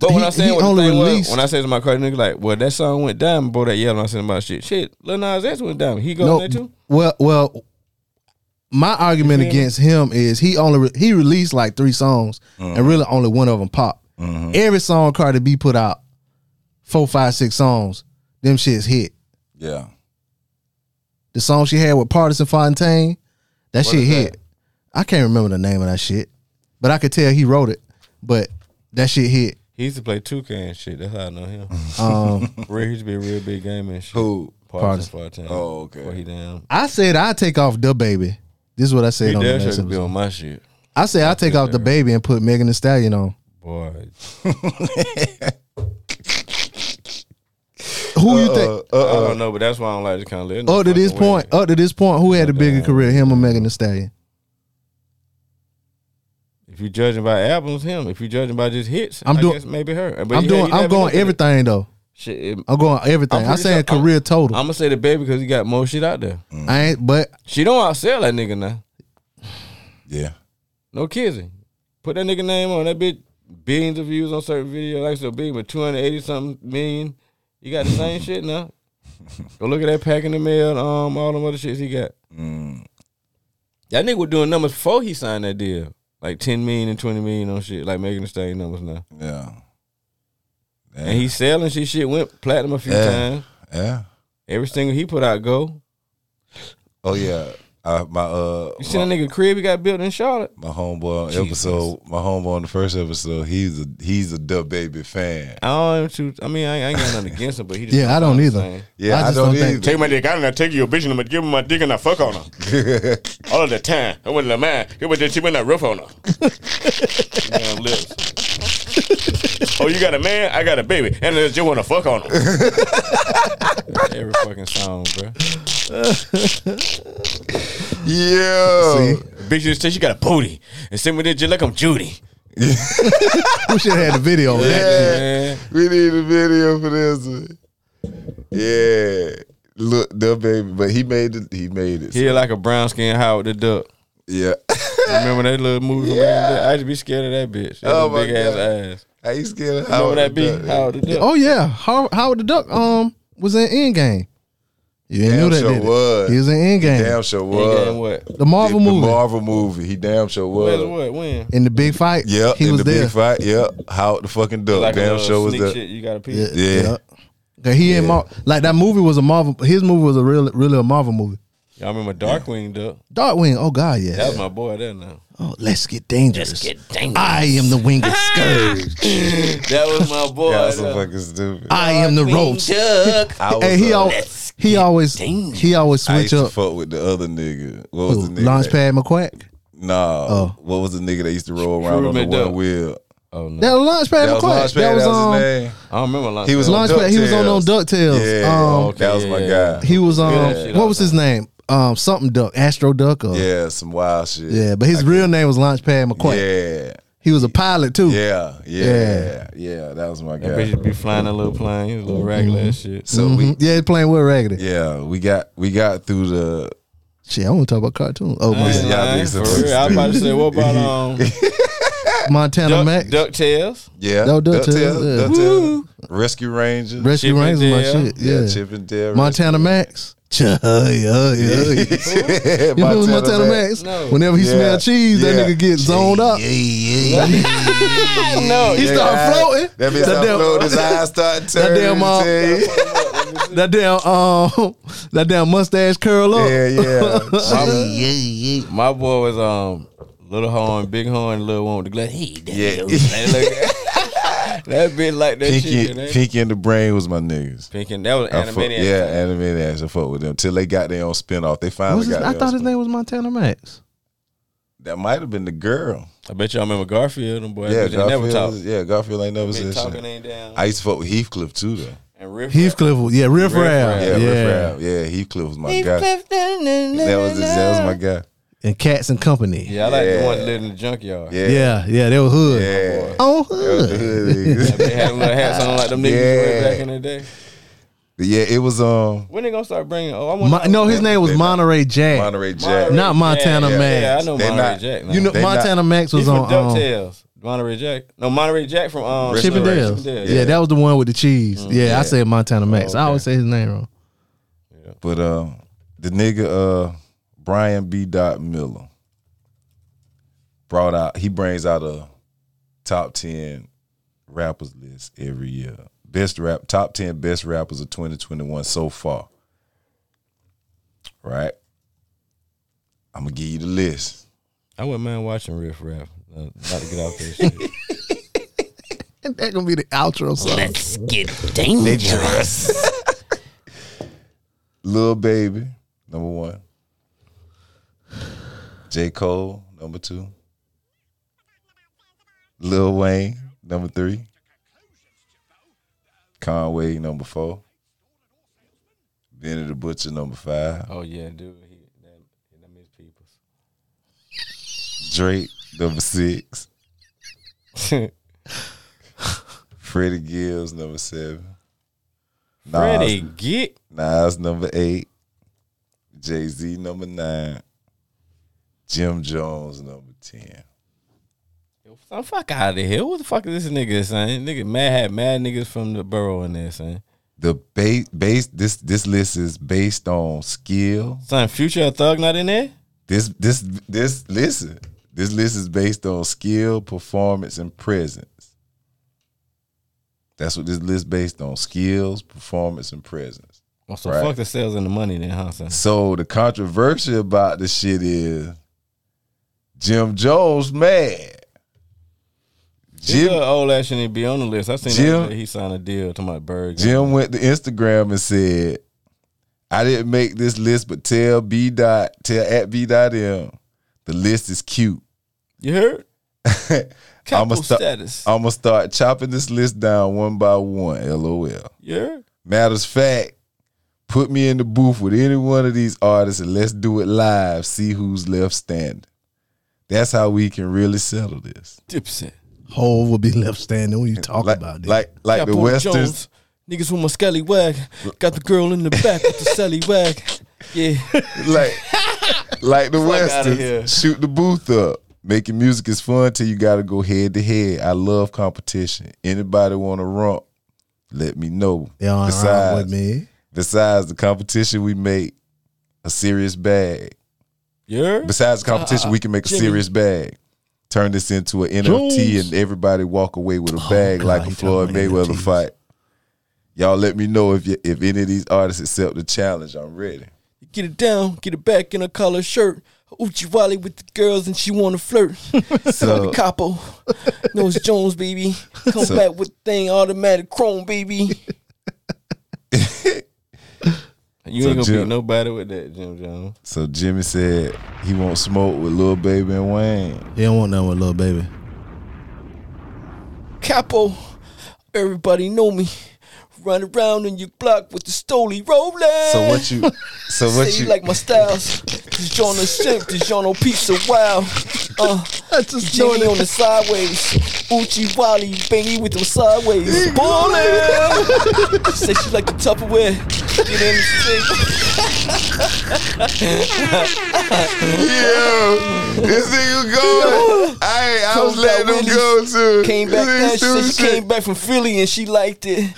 But when he- I saying he what the only thing was, released- when I said to my Cardi nigga, like, well, that song went diamond, boy, that yellow. I said about shit, shit. Lil Nas X went diamond. He goes No, there too. well, well, my argument feel me? against him is he only re- he released like three songs Uh-huh. and really only one of them popped. Every song Cardi B put out, four, five, six songs, them shits hit. Yeah, The song she had with Partisan Fontaine, that shit is hit. I can't remember the name of that shit, but I could tell he wrote it. But that shit hit. He used to play 2K and shit. That's how I know him. Um, real, he used to be a real big game and shit. who? Partisan Fontaine. Oh, okay. Before he down. I said I take off the baby. This is what I said He on the damn sure last could be episode. on my shit, I said I take off the baby and put Megan Thee Stallion on. boy. Who Uh, you Oh, think? uh, I don't know, but that's why I don't like this kind of little. Up Uh, Oh, to this point, up to this point, who had a bigger career, him or Megan Thee Stallion? if you judging by albums, him. If you judging by just hits, I'm I doing- guess maybe her. But I'm yeah, doing. you I'm never going look at it. everything though. Shit, I'm going everything. I'm I'm pretty saying sure- I'm- career total. I'm gonna say the baby because he got more shit out there. I ain't. But She don't outsell that nigga now. Yeah, No kidding. Put that nigga name on that bitch. Billions of views on certain videos. Like I said, billion, but 280 something million. You got the same shit now. Go look at that pack in the mail, um, all them other shits he got. Mm, That nigga was doing numbers before he signed that deal. Like 10 million and 20 million on shit, like making the state numbers now. yeah, And he's selling shit, shit went platinum a few Yeah. times. yeah. Every single he put out go. Oh yeah. I, my You uh my- seen a nigga crib he got built in Charlotte? my homeboy on episode, my homeboy on the first episode, he's a he's a Dub Baby fan. I don't even choose. I mean, I ain't, I ain't got nothing against him, but he just Yeah, I don't either. Saying. Yeah, I, just don't, don't think- either. Take my dick out and I take your bitch and I'm gonna give him my dick and I fuck on her. All of the time. I went to the man. It was that she went that rough on her. Damn lips. oh, you got a man? I got a baby. And I just wanna fuck on her. Every fucking song, bro. Yeah, bitch just say she got a booty. And send me there just like I'm Judy. We should have had a video. of that. Yeah. we need a video for this. One. Yeah, look, Dub Baby, but he made it. He made it. He like a brown skin Howard the Duck. Yeah, Remember that little movie? from back in the day? I used to be scared of that bitch. That Oh, oh my big ass God. ass. I used to get Remember that be Howard the Duck? Oh yeah, How Howard the Duck um was in Endgame. You didn't Damn know that. sure did it? was. He was in Endgame, Damn sure He got was. what? the Marvel The- the movie, Marvel movie. He damn sure Where's was. what? When? in the big fight. Yep, he in was the there. big fight. Yep, Howard the fucking duck. Like damn a sure sure was sneak that. shit you gotta pee. Yeah, Yeah. yeah. 'Cause he ain't Mar- like that movie was a Marvel. His movie was a real, really a Marvel movie. Y'all remember Darkwing Duck? Darkwing. Oh God, yes. That was my boy there now. Oh, let's get dangerous. Let's get dangerous. Ah, I am the winged scourge. That was my boy. That's so there. fucking stupid. I am the rope. Chuck. I was, Hey, he, uh, al- he always he always I switch used to up. fuck with the other nigga. What was the nigga? that- Launchpad McQuack. Nah. Oh. What was the nigga that used to roll around on the Truman one Duck. wheel? Oh no. That was Launchpad That was McQuack. Launchpad. That was, his name. I don't remember like He was that. on Launchpad. He um, was on on Ducktales. Yeah. Um, that was my guy. He was um, Yeah, shit, I what was his name? Um, something duck, Astro Duck. Or, Yeah, some wild shit. yeah, but his real name was Launchpad McQuack. Yeah. He was a pilot too. Yeah. Yeah. Yeah. That was my That bitch guy. used to be flying a little plane. He was a little regular ass shit. Mm-hmm. So we Mm-hmm. yeah, he's playing with Raggedy. yeah, we got we got through the Shit, I want to talk about cartoons. Oh, I This ain't y'all lying, niggas for are real. I was about to say, what about um Montana Max, Duck, DuckTales? yeah. No, Ducktales, yeah. Ducktales, Rescue Rangers. Rescue Chip and Rangers, my Dale. shit. yeah, Yeah, Chip and Dale. Montana Max. Ch- yeah, yeah, yeah. Rescue- You remember Montana Max? No. Whenever he Yeah. smelled cheese, Yeah. that nigga get zoned up. No, He yeah. started floating. That bitch That start damn- floating. His eyes start That turning. damn, uh, tell you. That damn, um, that damn mustache curl up. Yeah, yeah. My, my boy was um little horn, big horn, little one with the glass. Hey, that, Yeah. that bitch like that Pinky, shit. Pinky, Pinky and the Brain was my niggas. Pinky, that was I fuck- animated. yeah, animated ass. I fuck with them till they got their own spin off. They What finally was his- got. I their thought own his spin- name was Montana Max. That might have been the girl. I bet y'all remember Garfield. Them boy, yeah, yeah, they never talk. Garfield. Yeah, Garfield ain't never Been said talking shit. ain't down. I used to fuck with Heathcliff too, though. and Riff Heathcliff, was- yeah, Riff Riff Raff. Raff, Yeah, yeah, yeah, yeah. Heathcliff was my guy. That was that was my guy. and Cats and Company. Yeah, I like Yeah. the one that lived in the junkyard. Yeah, Yeah, yeah, they were hood. yeah. Oh, That was the hood. hood niggas. They had little hats on like them niggas Yeah. way back in the day. yeah, it was um When they gonna start bringing? Oh, I want Mo- no, his name was They- Monterey Jack. Monterey Jack. Not Montana yeah, Max. Yeah, I know They Monterey not- Jack. Now. You know, They not- Montana Max he's was from on um, DuckTales. Monterey Jack. No, Monterey Jack from um, Chip and Dale. Yeah. that was the one with the cheese. yeah, I said Montana Max. I always say his name wrong. But uh, the nigga uh, Brian B. Dot Miller brought out. He brings out a top ten rappers list every year. Best rap, top ten best rappers of twenty twenty one so far. Right. I'm gonna give you the list. I wouldn't mind watching Riff Raff. Uh, Not to get off this shit. And that gonna be the outro song. Let's get dangerous. Lil Baby, number one. J. Cole, number two. Lil Wayne, number three. Conway, number four. Benny the Butcher, number five. Oh yeah, dude. He, that, that miss peoples. Drake, number six. Freddie Gibbs, number seven. Nas, Freddie, get Nas, number eight. Jay Z, number nine. Jim Jones, number 10. some fuck out of here. What the fuck is this nigga saying? Nigga, mad had mad niggas from the borough in there saying. the base base this this list is based on skill. Son, future a thug not in there? This this this listen. This list is based on skill, performance, and presence. That's what this list based on skills, performance, and presence. Oh, Well, so Right. fuck the sales and the money then, huh, son? So the controversy about the shit is Jim Jones mad. Jim, Jim old ass shouldn't even be on the list. I seen Jim- that day he signed a deal to my bird. Jim went to Instagram and said, I didn't make this list, but tell B dot tell at B dot M the list is cute. You heard? I'ma Couple start status. I'ma start chopping this list down one by one. LOL. You heard? Matters fact, put me in the booth with any one of these artists and let's do it live. See who's left standing. That's how we can really settle this. Dipset. Hove will be left standing when you talk like, about that. like, like the Capo westerns. Niggas with my skelly wag. Got the girl in the back with the skelly wag. Yeah. like like the here. westerns. Shoot the booth up. Making music is fun till you gotta go head to head. I love competition. Anybody wanna rump? Let me know. they aren't around with me. besides the competition, we make a serious bag. You heard? Besides the competition, we can make a serious bag. Turn this into an NFT Jones. Oh, and everybody walk away with a bag God, like a he talking Floyd about Mayweather NFTs. fight. Y'all let me know if you, if any of these artists accept the challenge. I'm ready. Get it down, get it back in a collar shirt. Uchi Wally with the girls and she wanna flirt. So Capo. Nose Jones, baby. Come So- back with thing automatic chrome, baby. You So ain't gonna Jim- beat nobody with that, Jim Jones. so Jimmy said he won't smoke with Lil Baby and Wayne. They don't want nothing with little baby. Capo. Everybody know me. Run around in your block with the stoli rolling. So what you? So what Say you? you like my styles. Dijono simp, Dijono pizza, wow. Uh, I just know Jimmy that. on the sideways. Uchi Wally, bangy with them sideways. Ballin'! Say she like the Tupperware. Get in the Yo, this nigga going. I I was Cold letting out him go Willie's too. sink. Came back This down, is she stupid said she came back from Philly and she liked it.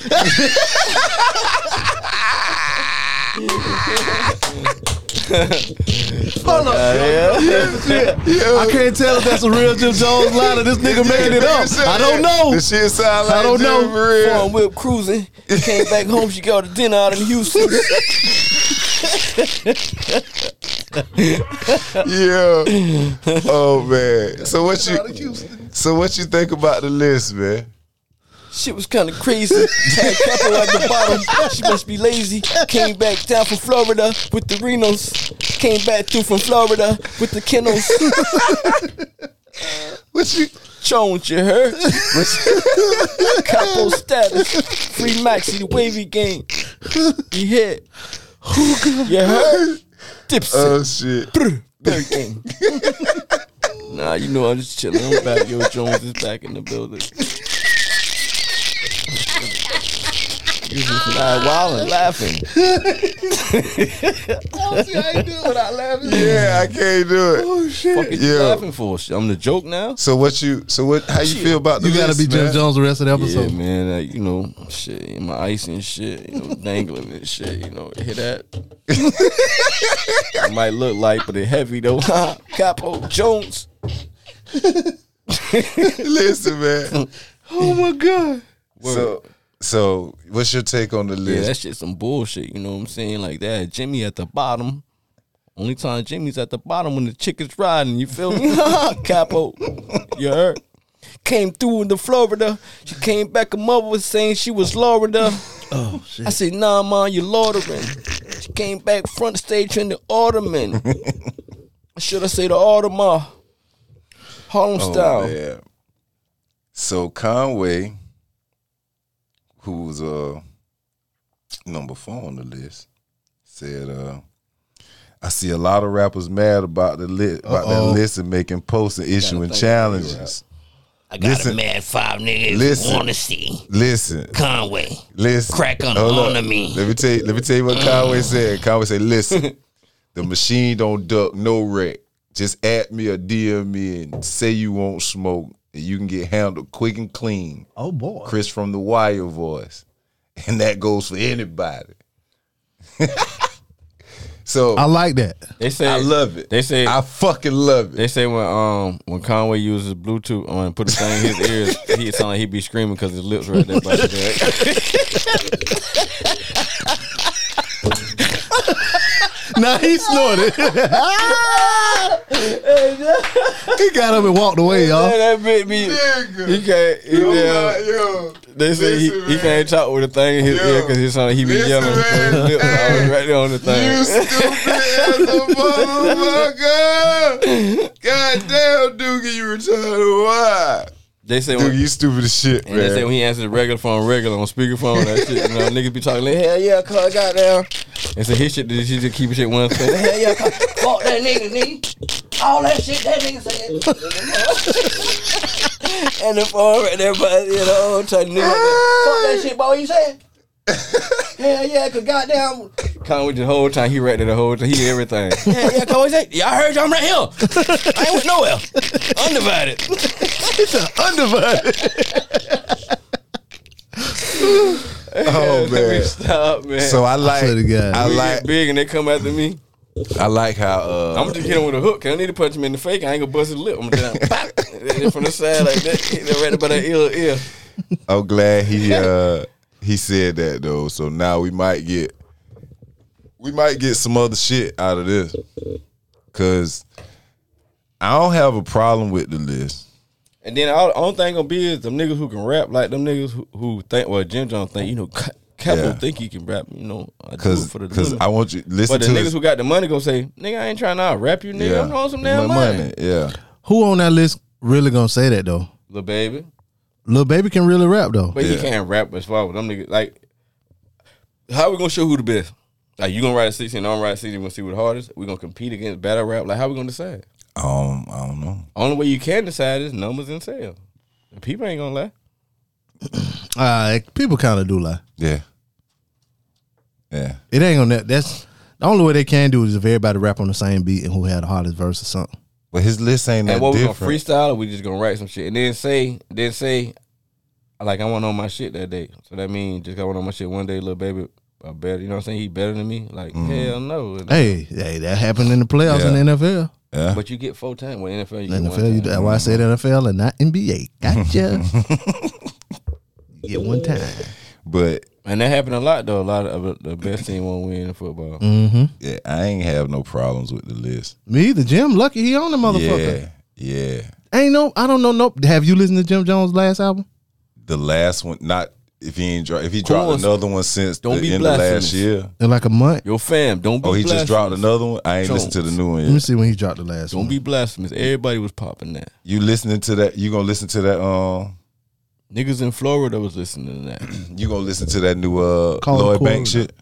I can't tell if that's a real Jim Jones line or this nigga making it up. I don't know. This shit sound like I don't know. Jim for real. Farm whip cruising. Came back home, she got a dinner out in Houston. Yeah. Oh man. So what you? So what you think about the list, man? Shit was kind of crazy. Had Capo at the bottom. She must be lazy. Came back down from Florida with the Renos. Came back through from Florida with the Kennels. What you? Jones, you heard? Capo status. Free Maxi, the wavy game. You hit. You heard? Dipset. Oh shit. Bird game. nah, you know I'm just chilling. I'm back. Yo, Jones is back in the building. He's just not wilding, laughing. Yeah, I can't do it. Oh Fuck shit. is you Yeah. laughing for? Shit, I'm the joke now. So what you? So what? How you feel about the You gotta list, be Jim man? Jones the rest of the Yeah, episode. man. Like, you know, shit, my ice and shit, you know, dangling and shit. You know, hit that. it might look light, but it heavy though. Capo Jones. Listen, man. Oh my god. So, so what's your take on the Yeah, list? that shit some bullshit. You know what I'm saying? Like that. Jimmy at the bottom. Only time Jimmy's at the bottom when the chick is riding. You feel me? Capo. You heard? Came through in the Florida. She came back. Her mother was saying she was Florida. Oh, I said, nah, man, you're laudering. She came back front stage in the Ottoman. Should I say the Ottoman? Harlem Oh, style. Yeah. So Conway, who was uh number four on the list, said, uh, "I see a lot of rappers mad about the li- about that list and making posts and issuing challenges. I got Listen. a mad five niggas Listen. want to see Listen, Conway. listen, Crack on Hold on up. to me. Mm. Let me tell you. Let me tell you what Conway said. Conway said, "Listen, the machine don't duck no wreck. Just add me or DM me and say you won't smoke." and You can get handled quick and clean. Oh boy. Chris from the Wire voice, and that goes for anybody. so I I, like that. They say love it. They say I fucking love it. They say when um when Conway uses Bluetooth on and put a thing in his ears, he it sound like he be screaming because his lips right there. By his head. Nah, he snorted. he got up and walked away, y'all. that bit me. He can't. He, yeah, yo. they say he, listen, he man. can't talk with the thing in his Yo. ear because he sounded he be Listen, yelling. so his man. lips Hey. always right there on the You thing. stupid ass motherfucker! Goddamn, Doogie, you retarded. Why? They say when, Doogie, you stupid as shit, and they say man. when he answers the regular phone, regular on speakerphone, that shit. You know, niggas be talking like, hell yeah, cuz goddamn. And so his shit, he just keep his shit one thing. Hell yeah, cuz. Fuck that nigga, nigga. All that shit that nigga said. And the phone right there, but you know, trying to Fuck that shit, boy. You said? Hell yeah, cause goddamn. Conway the whole time he right there the whole time. He did everything. Yeah, yeah, coach. Yeah, I heard y'all I'm right here. I ain't went nowhere. Undivided. Undivided. Oh man. Stop, man. So I like, swear to God. I We get like, big and they come after me. I like how. Uh, I'm just hit him with a hook. I don't need to punch him in the face. I ain't gonna bust his lip. I'm gonna just pop from the side like that. Hit that right about that ear, ear. I'm glad he uh he said that though. So now we might get we might get some other shit out of this. Cause I don't have a problem with the list. And then all, only thing gonna be is them niggas who can rap like them niggas who, who think well Jim Jones think you know Ca- Capo Yeah. think he can rap you know I do it Cause for the 'cause women. I want you listen but the to niggas this. who got the money gonna say nigga I ain't trying to rap you nigga yeah. I'm on some My damn money. money Yeah. Who on that list really gonna say that though? little baby Lil Baby can really rap though. but he Yeah. can't rap as far as them niggas like how we gonna show who the best like you gonna ride a sixty and I'm gonna ride a sixty we gonna see who the hardest we gonna compete against battle rap like how we gonna decide Um, I don't know. only way you can decide is numbers and sales The people ain't gonna lie Uh, people kind of do lie. Yeah. Yeah. It ain't gonna. That's the only way they can do is if everybody rap on the same beat and who had the hardest verse or something. But his list ain't that And what we gonna different. freestyle or we just gonna write some shit and then say then say like I went on my shit that day. So that means just 'cause I went on my shit one day, little baby I better you know what I'm saying, he better than me. Like, hell no. Hey, hey, that happened in the playoffs Yeah. in the NFL. yeah. But you get four times. Well NFL you get one NFL, you, time. that's why I said NFL and not NBA. Gotcha. you get one time. But And that happened a lot though. A lot of the best team won't win in football. yeah, I ain't have no problems with the list. Mm-hmm. Me either. Jim Lucky, he on the motherfucker. Yeah. Yeah. Ain't no, I don't know. Nope. Have you listened to Jim Jones' last album? The last one, not if he ain't dro- if he dropped Course. another one since Don't the be end of last blasphemous. year. In like a month. Yo fam, don't be Oh, he just blasphemous. dropped another one. I ain't Jones. listened to the new Let one. me Yet. see when he dropped the last Don't one. be blasphemous. Everybody was popping that. You listening to that? You gonna listen to that? Um, Niggas in Florida was listening to that. you gonna listen to that new uh Call Lloyd Corner. Banks shit?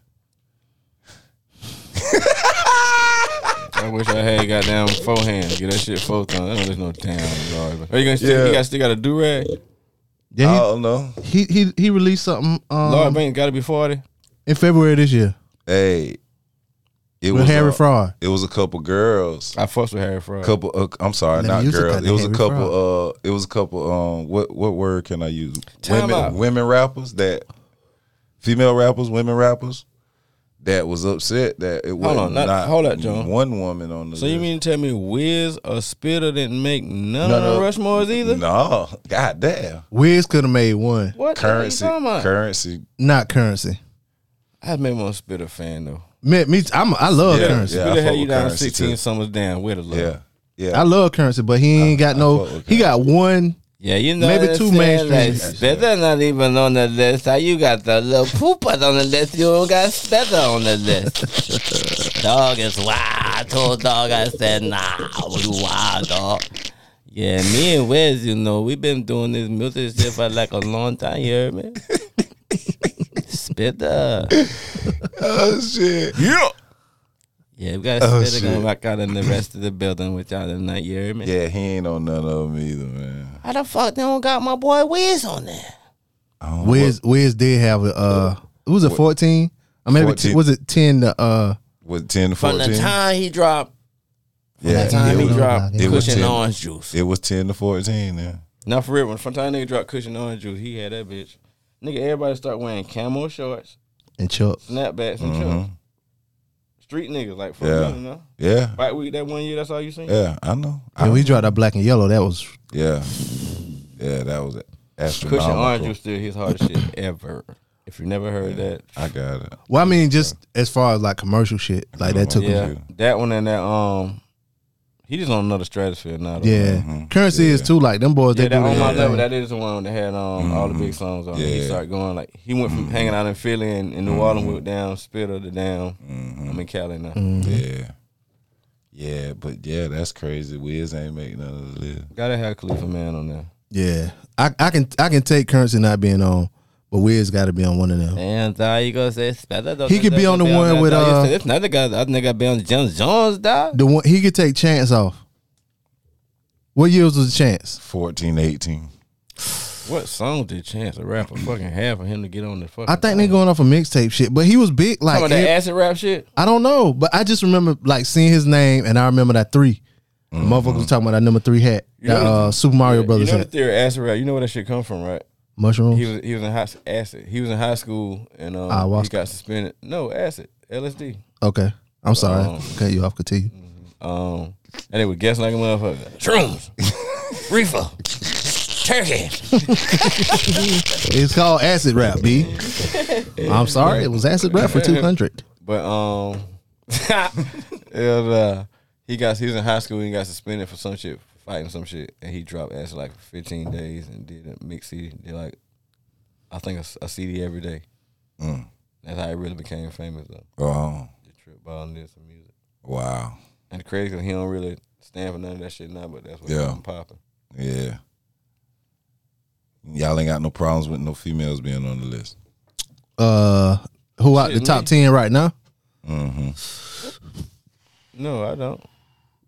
I wish I had goddamn four hands. Get that shit four times. I don't no damn. Lord. Are you gonna still, Yeah. you got still got a do rag? I yeah, don't know. he, he, he, he released something Lord um, Banks got to be 40. in February this year Hey, it with was uh, Harry a, Fraud. It was a couple girls. I fuss with Harry Fraud. Couple. Uh, I'm sorry, Let me not use it, girls. kinda It was a Harry couple. Uh, it was a couple. Um, what what word can I use? Time women out. women rappers that female rappers, women rappers that was upset that it was on, not- hold up, John. One woman on the So you list. mean to tell me Wiz or Spitter didn't make none No, of the no. Rushmores either? No, goddamn. Wiz could have made one, What Currency, the hell you talking about? currency. not currency. I made my Spitter fan though. Me, me I'm, I love Yeah, currency. yeah. I Spitter fuck had you with down Currency, 16 too. summers down with a love. Yeah, yeah. I love currency, but he ain't got no. fuck with He got one. Yeah, you know Maybe what I'm two saying? mainstream Like, Spetta not even on the list. How you got the little pooper on the list? You don't got Spetta on the list. dog is wild. I told dog I said, nah, we wild dog. Yeah, me and Wes, you know, we've been doing this music shit for like a long time. You heard me? Spetta. Oh shit. Yeah. Yeah, we got Oh, Spitter shit. gonna rock out in the rest of the building with y'all tonight. You heard me? Yeah, he ain't on none of them either, man. How the fuck they don't got my boy Wiz on there? I don't know Wiz, Wiz did have a. Uh, it was a fourteen. Or maybe t- 14. was it ten? To, uh, what, what, ten to From fourteen. the time he dropped, yeah, time it he was, dropped it was Cushion ten. Orange Juice. It was ten to fourteen. Yeah. Not for real. When Fontaine nigga dropped Cushion Orange Juice, he had that bitch. Nigga, everybody start wearing camo shorts, and Chuck. snapbacks, and Mhm. shorts. Street niggas, like, for Yeah. real, you know? Yeah. Fight week that one year, that's all you seen? Yeah. I know. I, And we dropped that black and yellow. That was yeah. Yeah. That was Cushion Orange astronomical. Juice still his hardest shit ever. If you never heard that, I got it. Well, I mean, just as far as like commercial shit, like Uh-huh. that took him. yeah, you. that one and that um, he just on another stratosphere now. though. Yeah, currency is too. Like them boys, Yeah, they that do on my that. level. That is the one that had um all the Mm-hmm. big songs on. it. He Yeah. started going like he went from hanging out in Philly and in New Orleans Mm-hmm. with down Spittle to down. I'm in Cali now. Mm-hmm. Yeah. Yeah, but yeah, that's crazy. Wiz ain't make none of the list. Gotta have Khalifa man on there. Yeah, I, I can I can take currency not being on, but Wiz got to be on one of them. Damn, thought you gonna say He could be on the one with, uh, This another guy. I think I be on Jones Jones. Dog. The one he could take chance off. What years was the chance? 14, 18. What song did Chance the Rapper fucking have for him to get on the fucking? I think they going off a mixtape shit, but he was big. Like Some of that ev- acid rap shit. I don't know, but I just remember like seeing his name, and I remember that 3 Motherfuckers was talking about that number three hat, that know- uh, Super Mario You Brothers know the hat, theory of acid rap. You know where that shit come from, right? mushrooms. He was he was in high acid. He was in high school and um, he Ayahuasca. got suspended. No acid, LSD. okay, I'm sorry, Um, cut you off. Continue. Um, and they were guessing like a motherfucker. Shrooms. Reefer. Turkey. It's called acid rap, B. I'm sorry, it was acid rap for two hundred. But um, it was, uh, he got he was in high school. and He got suspended for some shit, for fighting some shit, and he dropped acid like for 15 days and did a mix CD. Did like I think a s- a, CD every day. Mm. That's how he really became famous though. Oh, The trip ball and did some music. wow. And crazy, 'cause he don't really stand for none of that shit now. But that's what Yeah. I'm popping. Yeah. Y'all ain't got no problems with no females being on the list. Uh, who out the top ten right now? Mm-hmm. No, I don't.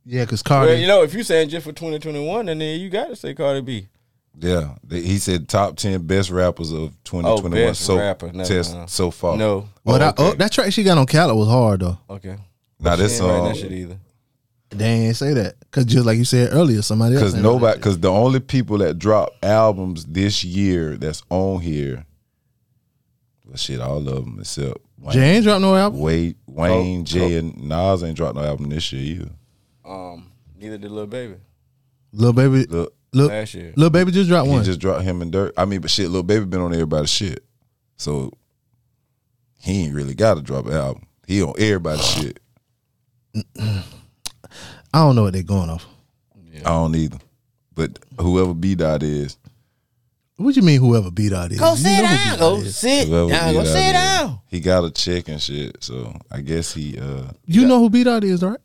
Yeah, because Well, you Cardi. know, if you saying just for 2021, then you got to say Cardi B. Yeah, They- he said top ten best rappers of twenty Oh, twenty one best so rapper. Never test mind. so far. No. Well, that, okay. oh, that track she got on Cali was hard though. Okay. now She this ain't writing song that shit either. They ain't say that because just like you said earlier, somebody else. because ain't write nobody that. because the only people that drop albums this year that's on here, well, shit, all of them except Wayne, Jay ain't dropped no album. Wade, Wayne, Jay, and Nas ain't dropped no album this year either. Um, neither did Lil Baby Little baby, Look, look, last year. little baby just dropped he one. just dropped him and Dirt. I mean, but shit, Lil Baby been on everybody's shit, so he ain't really got to drop an album. He on everybody's shit. I don't know what they're going off. I don't either. But whoever B dot is, What you mean? Whoever beat out is? Go You sit know who down. beat Go out is. sit whoever down. B Go dot sit is, down. he got a check and shit. So I guess he uh, You know who beat out is, right?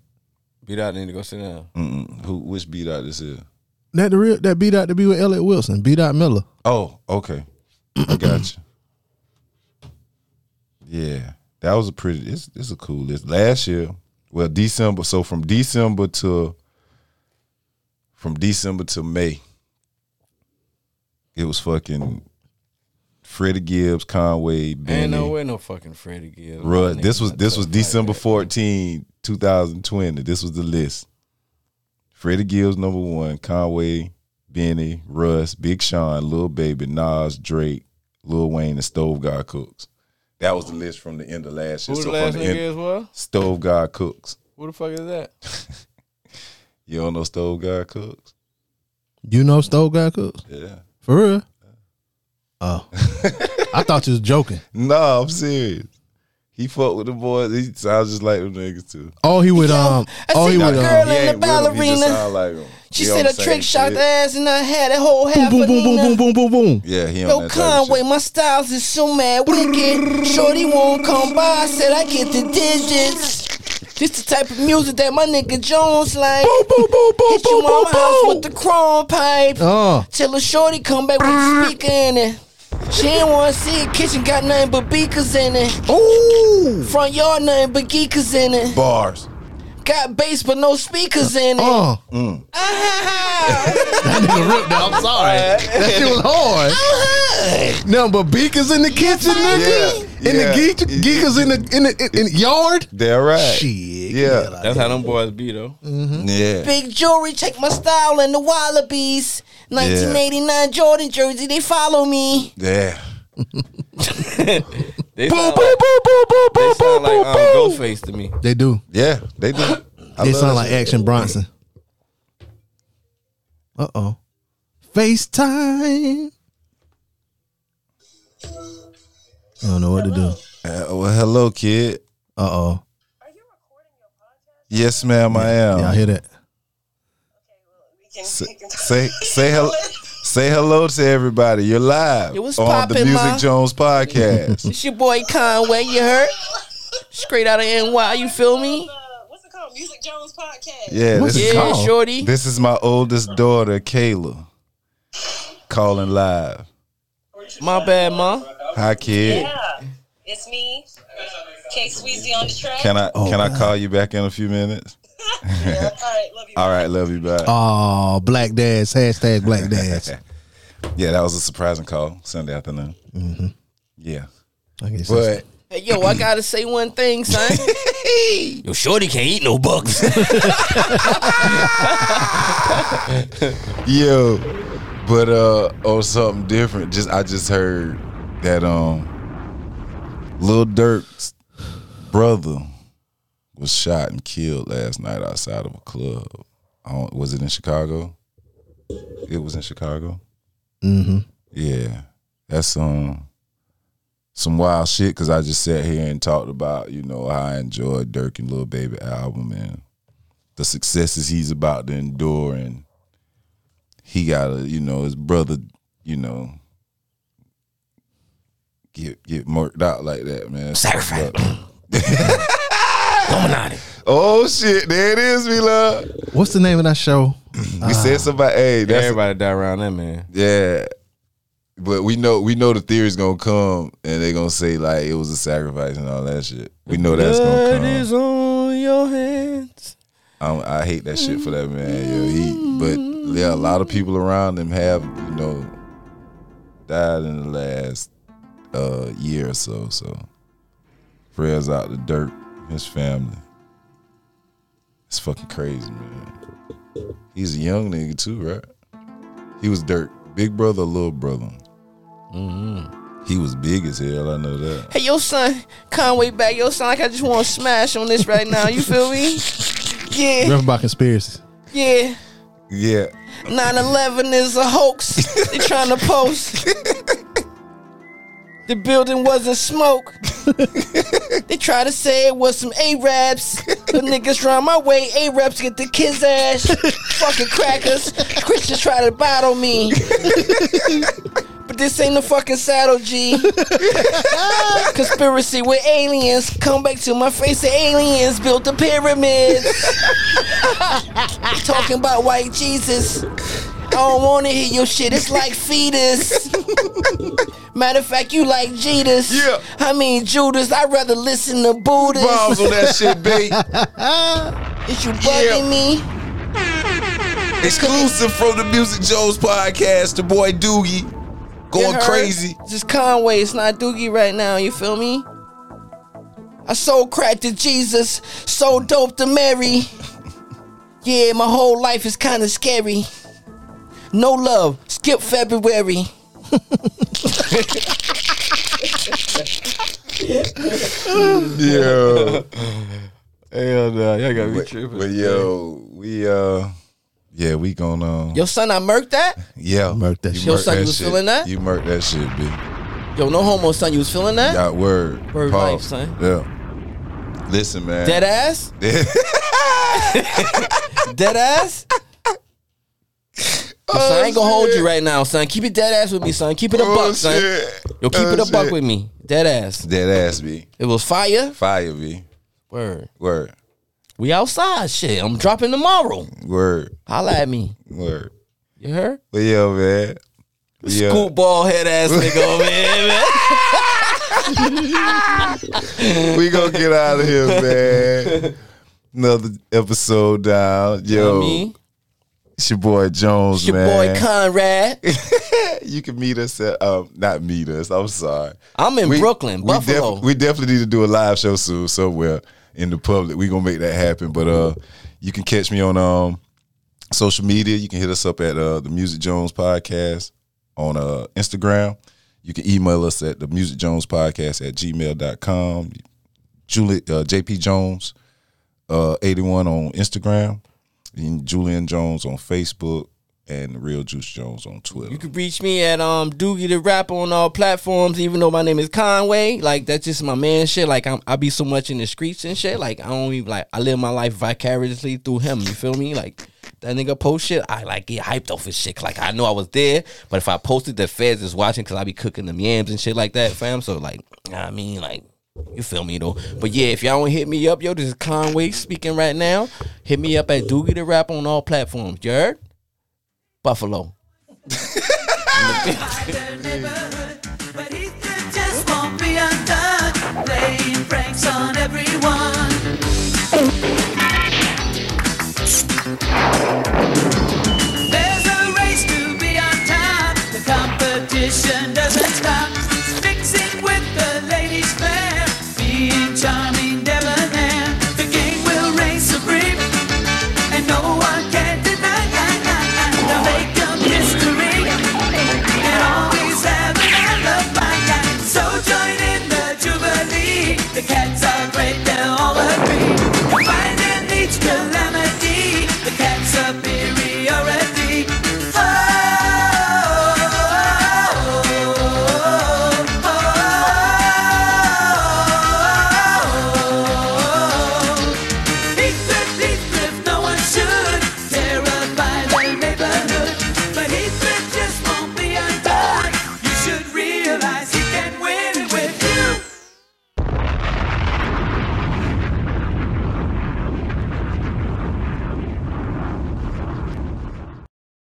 Beat out, need to go sit down. mm-mm. who which B dot this is? That the real that beat out to be with Elliot Wilson, beat out Miller. Oh, okay, I got you. Yeah, that was a pretty. It's it's a cool list. Last year, well, December. So from December to from December to May, it was fucking Freddie Gibbs, Conway, Benny. Ain't no way, no fucking Freddie Gibbs. Bruh, My this nigga was not this tough was like December that. 14, 2020. This was the list. Freddie Gibbs number one, Conway, Benny, Russ, Big Sean, Lil Baby, Nas, Drake, Lil Wayne, and Stove God Cooks. That was the list from the end of last year. Who the So last from nigga the end- is? What? Stove God Cooks. Who the fuck is that? You don't know Stove God Cooks? You know Stove Guy Cooks Yeah. for real. Oh, I thought you was joking. Nah, I'm serious. He fucked with the boys. He sounds just like them niggas too. Oh, he would um. I Oh, see he the would girl um. He ain't and with the 'em, He just ballerina. sound like 'em. She They on said the a same trick shot shit. the ass and I had a whole half Boom, boom, boom, boom, boom, boom, boom, boom. Yeah, he on Yo, that type of shit. Conway, my styles is so mad wicked. Shorty won't come by, said I get the digits. This the type of music that my nigga Jones like. Hit you on my house with the chrome pipe. Oh, Till a shorty come back with the speaker in it. She ain't wanna see it. Kitchen got nothing but beakers in it. Ooh. Front yard nothing but geekers in it. Bars. Got bass but no speakers in it. oh. Ah-ha-ha. That nigga ripped that. I'm sorry. That shit was hard. Ah-ha. No, but beakers in the kitchen, nigga. Yeah, In yeah. the geek, geekers in the in the in, in the yard. They're right. Shit. Yeah. That's how them boys be though. Yeah. Big jewelry, check my style and the Wallabies. 1989 Jordan jersey, they follow me. Yeah. They sound like, they sound like um, Ghostface to me. They do. Yeah. They do. I They love sound that like shit. Action Bronson. Uh oh. FaceTime. I don't know what to do. Uh, well, hello, kid. Uh oh. Yes, ma'am, I am. Y'all hear that? say, say say hello. Say hello to everybody. You're live Yo, what's on the poppin', Music Ma? Jones podcast. It's your boy Conway, you heard? Straight out of NY, you feel me? What's it called? Music Jones podcast. yeah, What's this it is, Yeah, called? shorty. this is my oldest daughter, Kayla, calling live. My bad, ma. Hi, kid. Yeah. It's me, K Sweezy on the track. Can I Oh, can I call you back in a few minutes? All right, love you. All right, love you, bye. Oh, black dads. Hashtag black dads. Yeah, that was a surprising call Sunday afternoon. Mm-hmm. Yeah, I guess that's- but Hey, yo, I gotta say one thing, son. Yo, Shorty can't eat no bucks. Yo, but uh on something different. Just I just heard that um Lil Durk's brother was shot and killed last night outside of a club. I don't, was it in Chicago? It was in Chicago. Mm-hmm. Yeah, that's um some wild shit. Cause I just sat here and talked about you know how I enjoyed Dirk and Lil Baby album and the successes he's about to endure and he got to you know his brother you know get get murked out like that man sacrifice oh shit there it is me love What's the name of that show? we said somebody hey that's Everybody die around that man. yeah but we know we know the theory's gonna come and they're gonna say like it was a sacrifice and all that shit we know that's gonna come on your hands. I'm, I hate that shit for that man. Yo, he, but yeah, a lot of people around him have you know died in the last uh, year or so. So prayers out to Dirk, his family. It's fucking crazy, man. He's a young nigga too, right? He was Dirk, big brother, little brother. He was big as hell. I know that. Hey, yo, son, Conway back. Yo, son, like I just wanna smash on this right now, you feel me? Yeah, Remember about conspiracies. yeah. Yeah, 9 11 is a hoax. they trying to post. the building wasn't smoke. they try to say it was some Arabs. The niggas run my way. Arabs get the kids' ass. fucking crackers. Christians try to battle me. but this ain't no fucking saddle, G. Conspiracy with aliens. Come back to my face. The aliens built the pyramids talking about white Jesus. I don't want to hear your shit. It's like fetus. Matter of fact, you like Judas. Yeah. I mean Judas. I'd rather listen to Buddhist. bombs on that shit, babe. Is you bugging me? Exclusive from the Music Jones podcast, the boy Doogie You heard? This is Conway. It's not Doogie right now. You feel me? I sold crack to Jesus, so dope to Mary. Yeah, my whole life is kind of scary. No love. Skip February. Yeah. Hell no, y'all got me but, tripping. but yo, we uh yeah, we gonna Yo, son, I murked that. yeah, murked that shit. murked Yo, son, you was shit. feeling that? You murked that shit, B. Yo, no homo, son. You was feeling that? Got word. Word Pause. life, son. Yeah. Listen, man. Dead ass? dead ass? Yo, son, I ain't gonna hold you right now, son. Keep it dead ass with me, son. Keep it a Oh, buck, son. shit. Yo, keep Oh, it a buck shit. with me. Dead ass. Dead ass, B. It was fire. Fire, B. Word. Word. We outside. Shit. I'm dropping tomorrow. Word. Holla at me. Word. You heard? But yo, man. Yeah. Scoop ball head ass nigga over here, man. we gonna get out of here, man. Another episode down. Yo, You know what I mean? it's your boy Jones, It's your Oh, man. boy Conrad. you can meet us at um, not meet us. I'm sorry. I'm in Brooklyn, we def- Buffalo. we definitely need to do a live show soon somewhere in the public. We gonna make that happen. But uh, you can catch me on um social media. You can hit us up at uh the Music Jones Podcast on uh Instagram. You can email us at the Music Jones Podcast at gmail.com. Julie uh, JP Jones uh 81 on Instagram and Julian Jones on Facebook and Real Juice Jones on Twitter. You can reach me at um Doogie the Rapper on all platforms, even though my name is Conway. Like that's just my man shit. Like I'm I be so much in the streets and shit. Like I don't even like I live my life vicariously through him. You feel me? Like that nigga post shit, I like get hyped off his shit. 'Cause, Like I know I was there, but if I posted, the feds is watching because I be cooking them yams and shit like that, fam. So like, I mean, like you feel me though. But yeah, if y'all don't hit me up, yo, this is Conway speaking right now. Hit me up at Doogie the Rapper on all platforms. You heard? Buffalo. But he could just won't be undone, playing pranks on everyone.